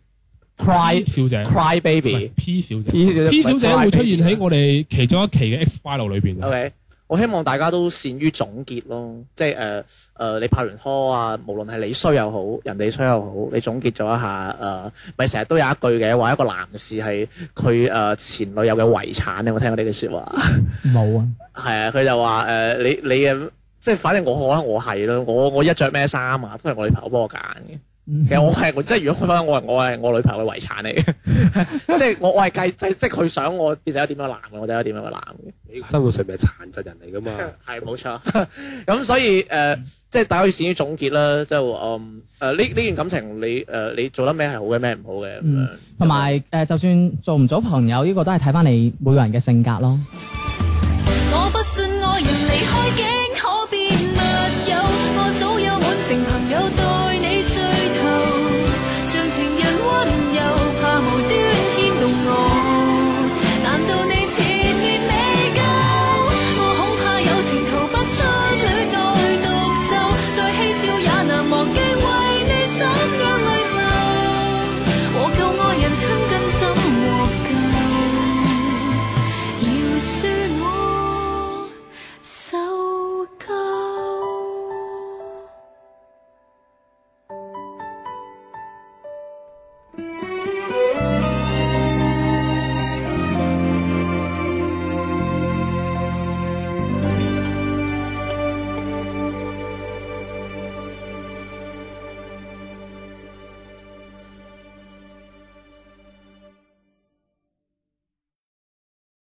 Speaker 3: ，P
Speaker 4: Cry
Speaker 3: 小姐
Speaker 4: Cry
Speaker 3: 唔係
Speaker 4: Baby
Speaker 3: ，P 小姐
Speaker 4: P 小姐啊
Speaker 3: ，P 小姐會出現
Speaker 4: Cry
Speaker 3: 喺
Speaker 4: Baby
Speaker 3: 我哋其中一期嘅 X File 裏邊嘅。
Speaker 4: OK，我希望大家都善於總結咯，即係誒誒，你拍完拖啊，無論係你衰又好，人哋衰又好，你總結咗一下誒，呃咪成日都有一句嘅話，一個男士係佢誒前女友嘅遺產，你有冇聽過呢句説話？
Speaker 2: 冇啊，
Speaker 4: 係啊，佢就話誒、呃你你嘅即係反正我覺得我係咯，我我一着咩衫啊，都係我女朋友幫我揀嘅。
Speaker 2: 嗯
Speaker 4: 其實我係我即係如果翻我係我係我女朋友嘅遺產嚟嘅，即係我我係計即即係佢想我變成一個點樣嘅男嘅，我就係一個點樣嘅男嘅。
Speaker 5: 你生活上面係殘疾人嚟噶嘛？
Speaker 4: 係冇錯， 咁所以誒、呃即係大家要善於總結啦，即係嗯誒呢呢段感情你誒、呃你做得咩係好嘅，咩唔好嘅咁樣
Speaker 2: 嗯，同埋誒，就算做唔做朋友，呢個都係睇翻你每個人嘅性格咯。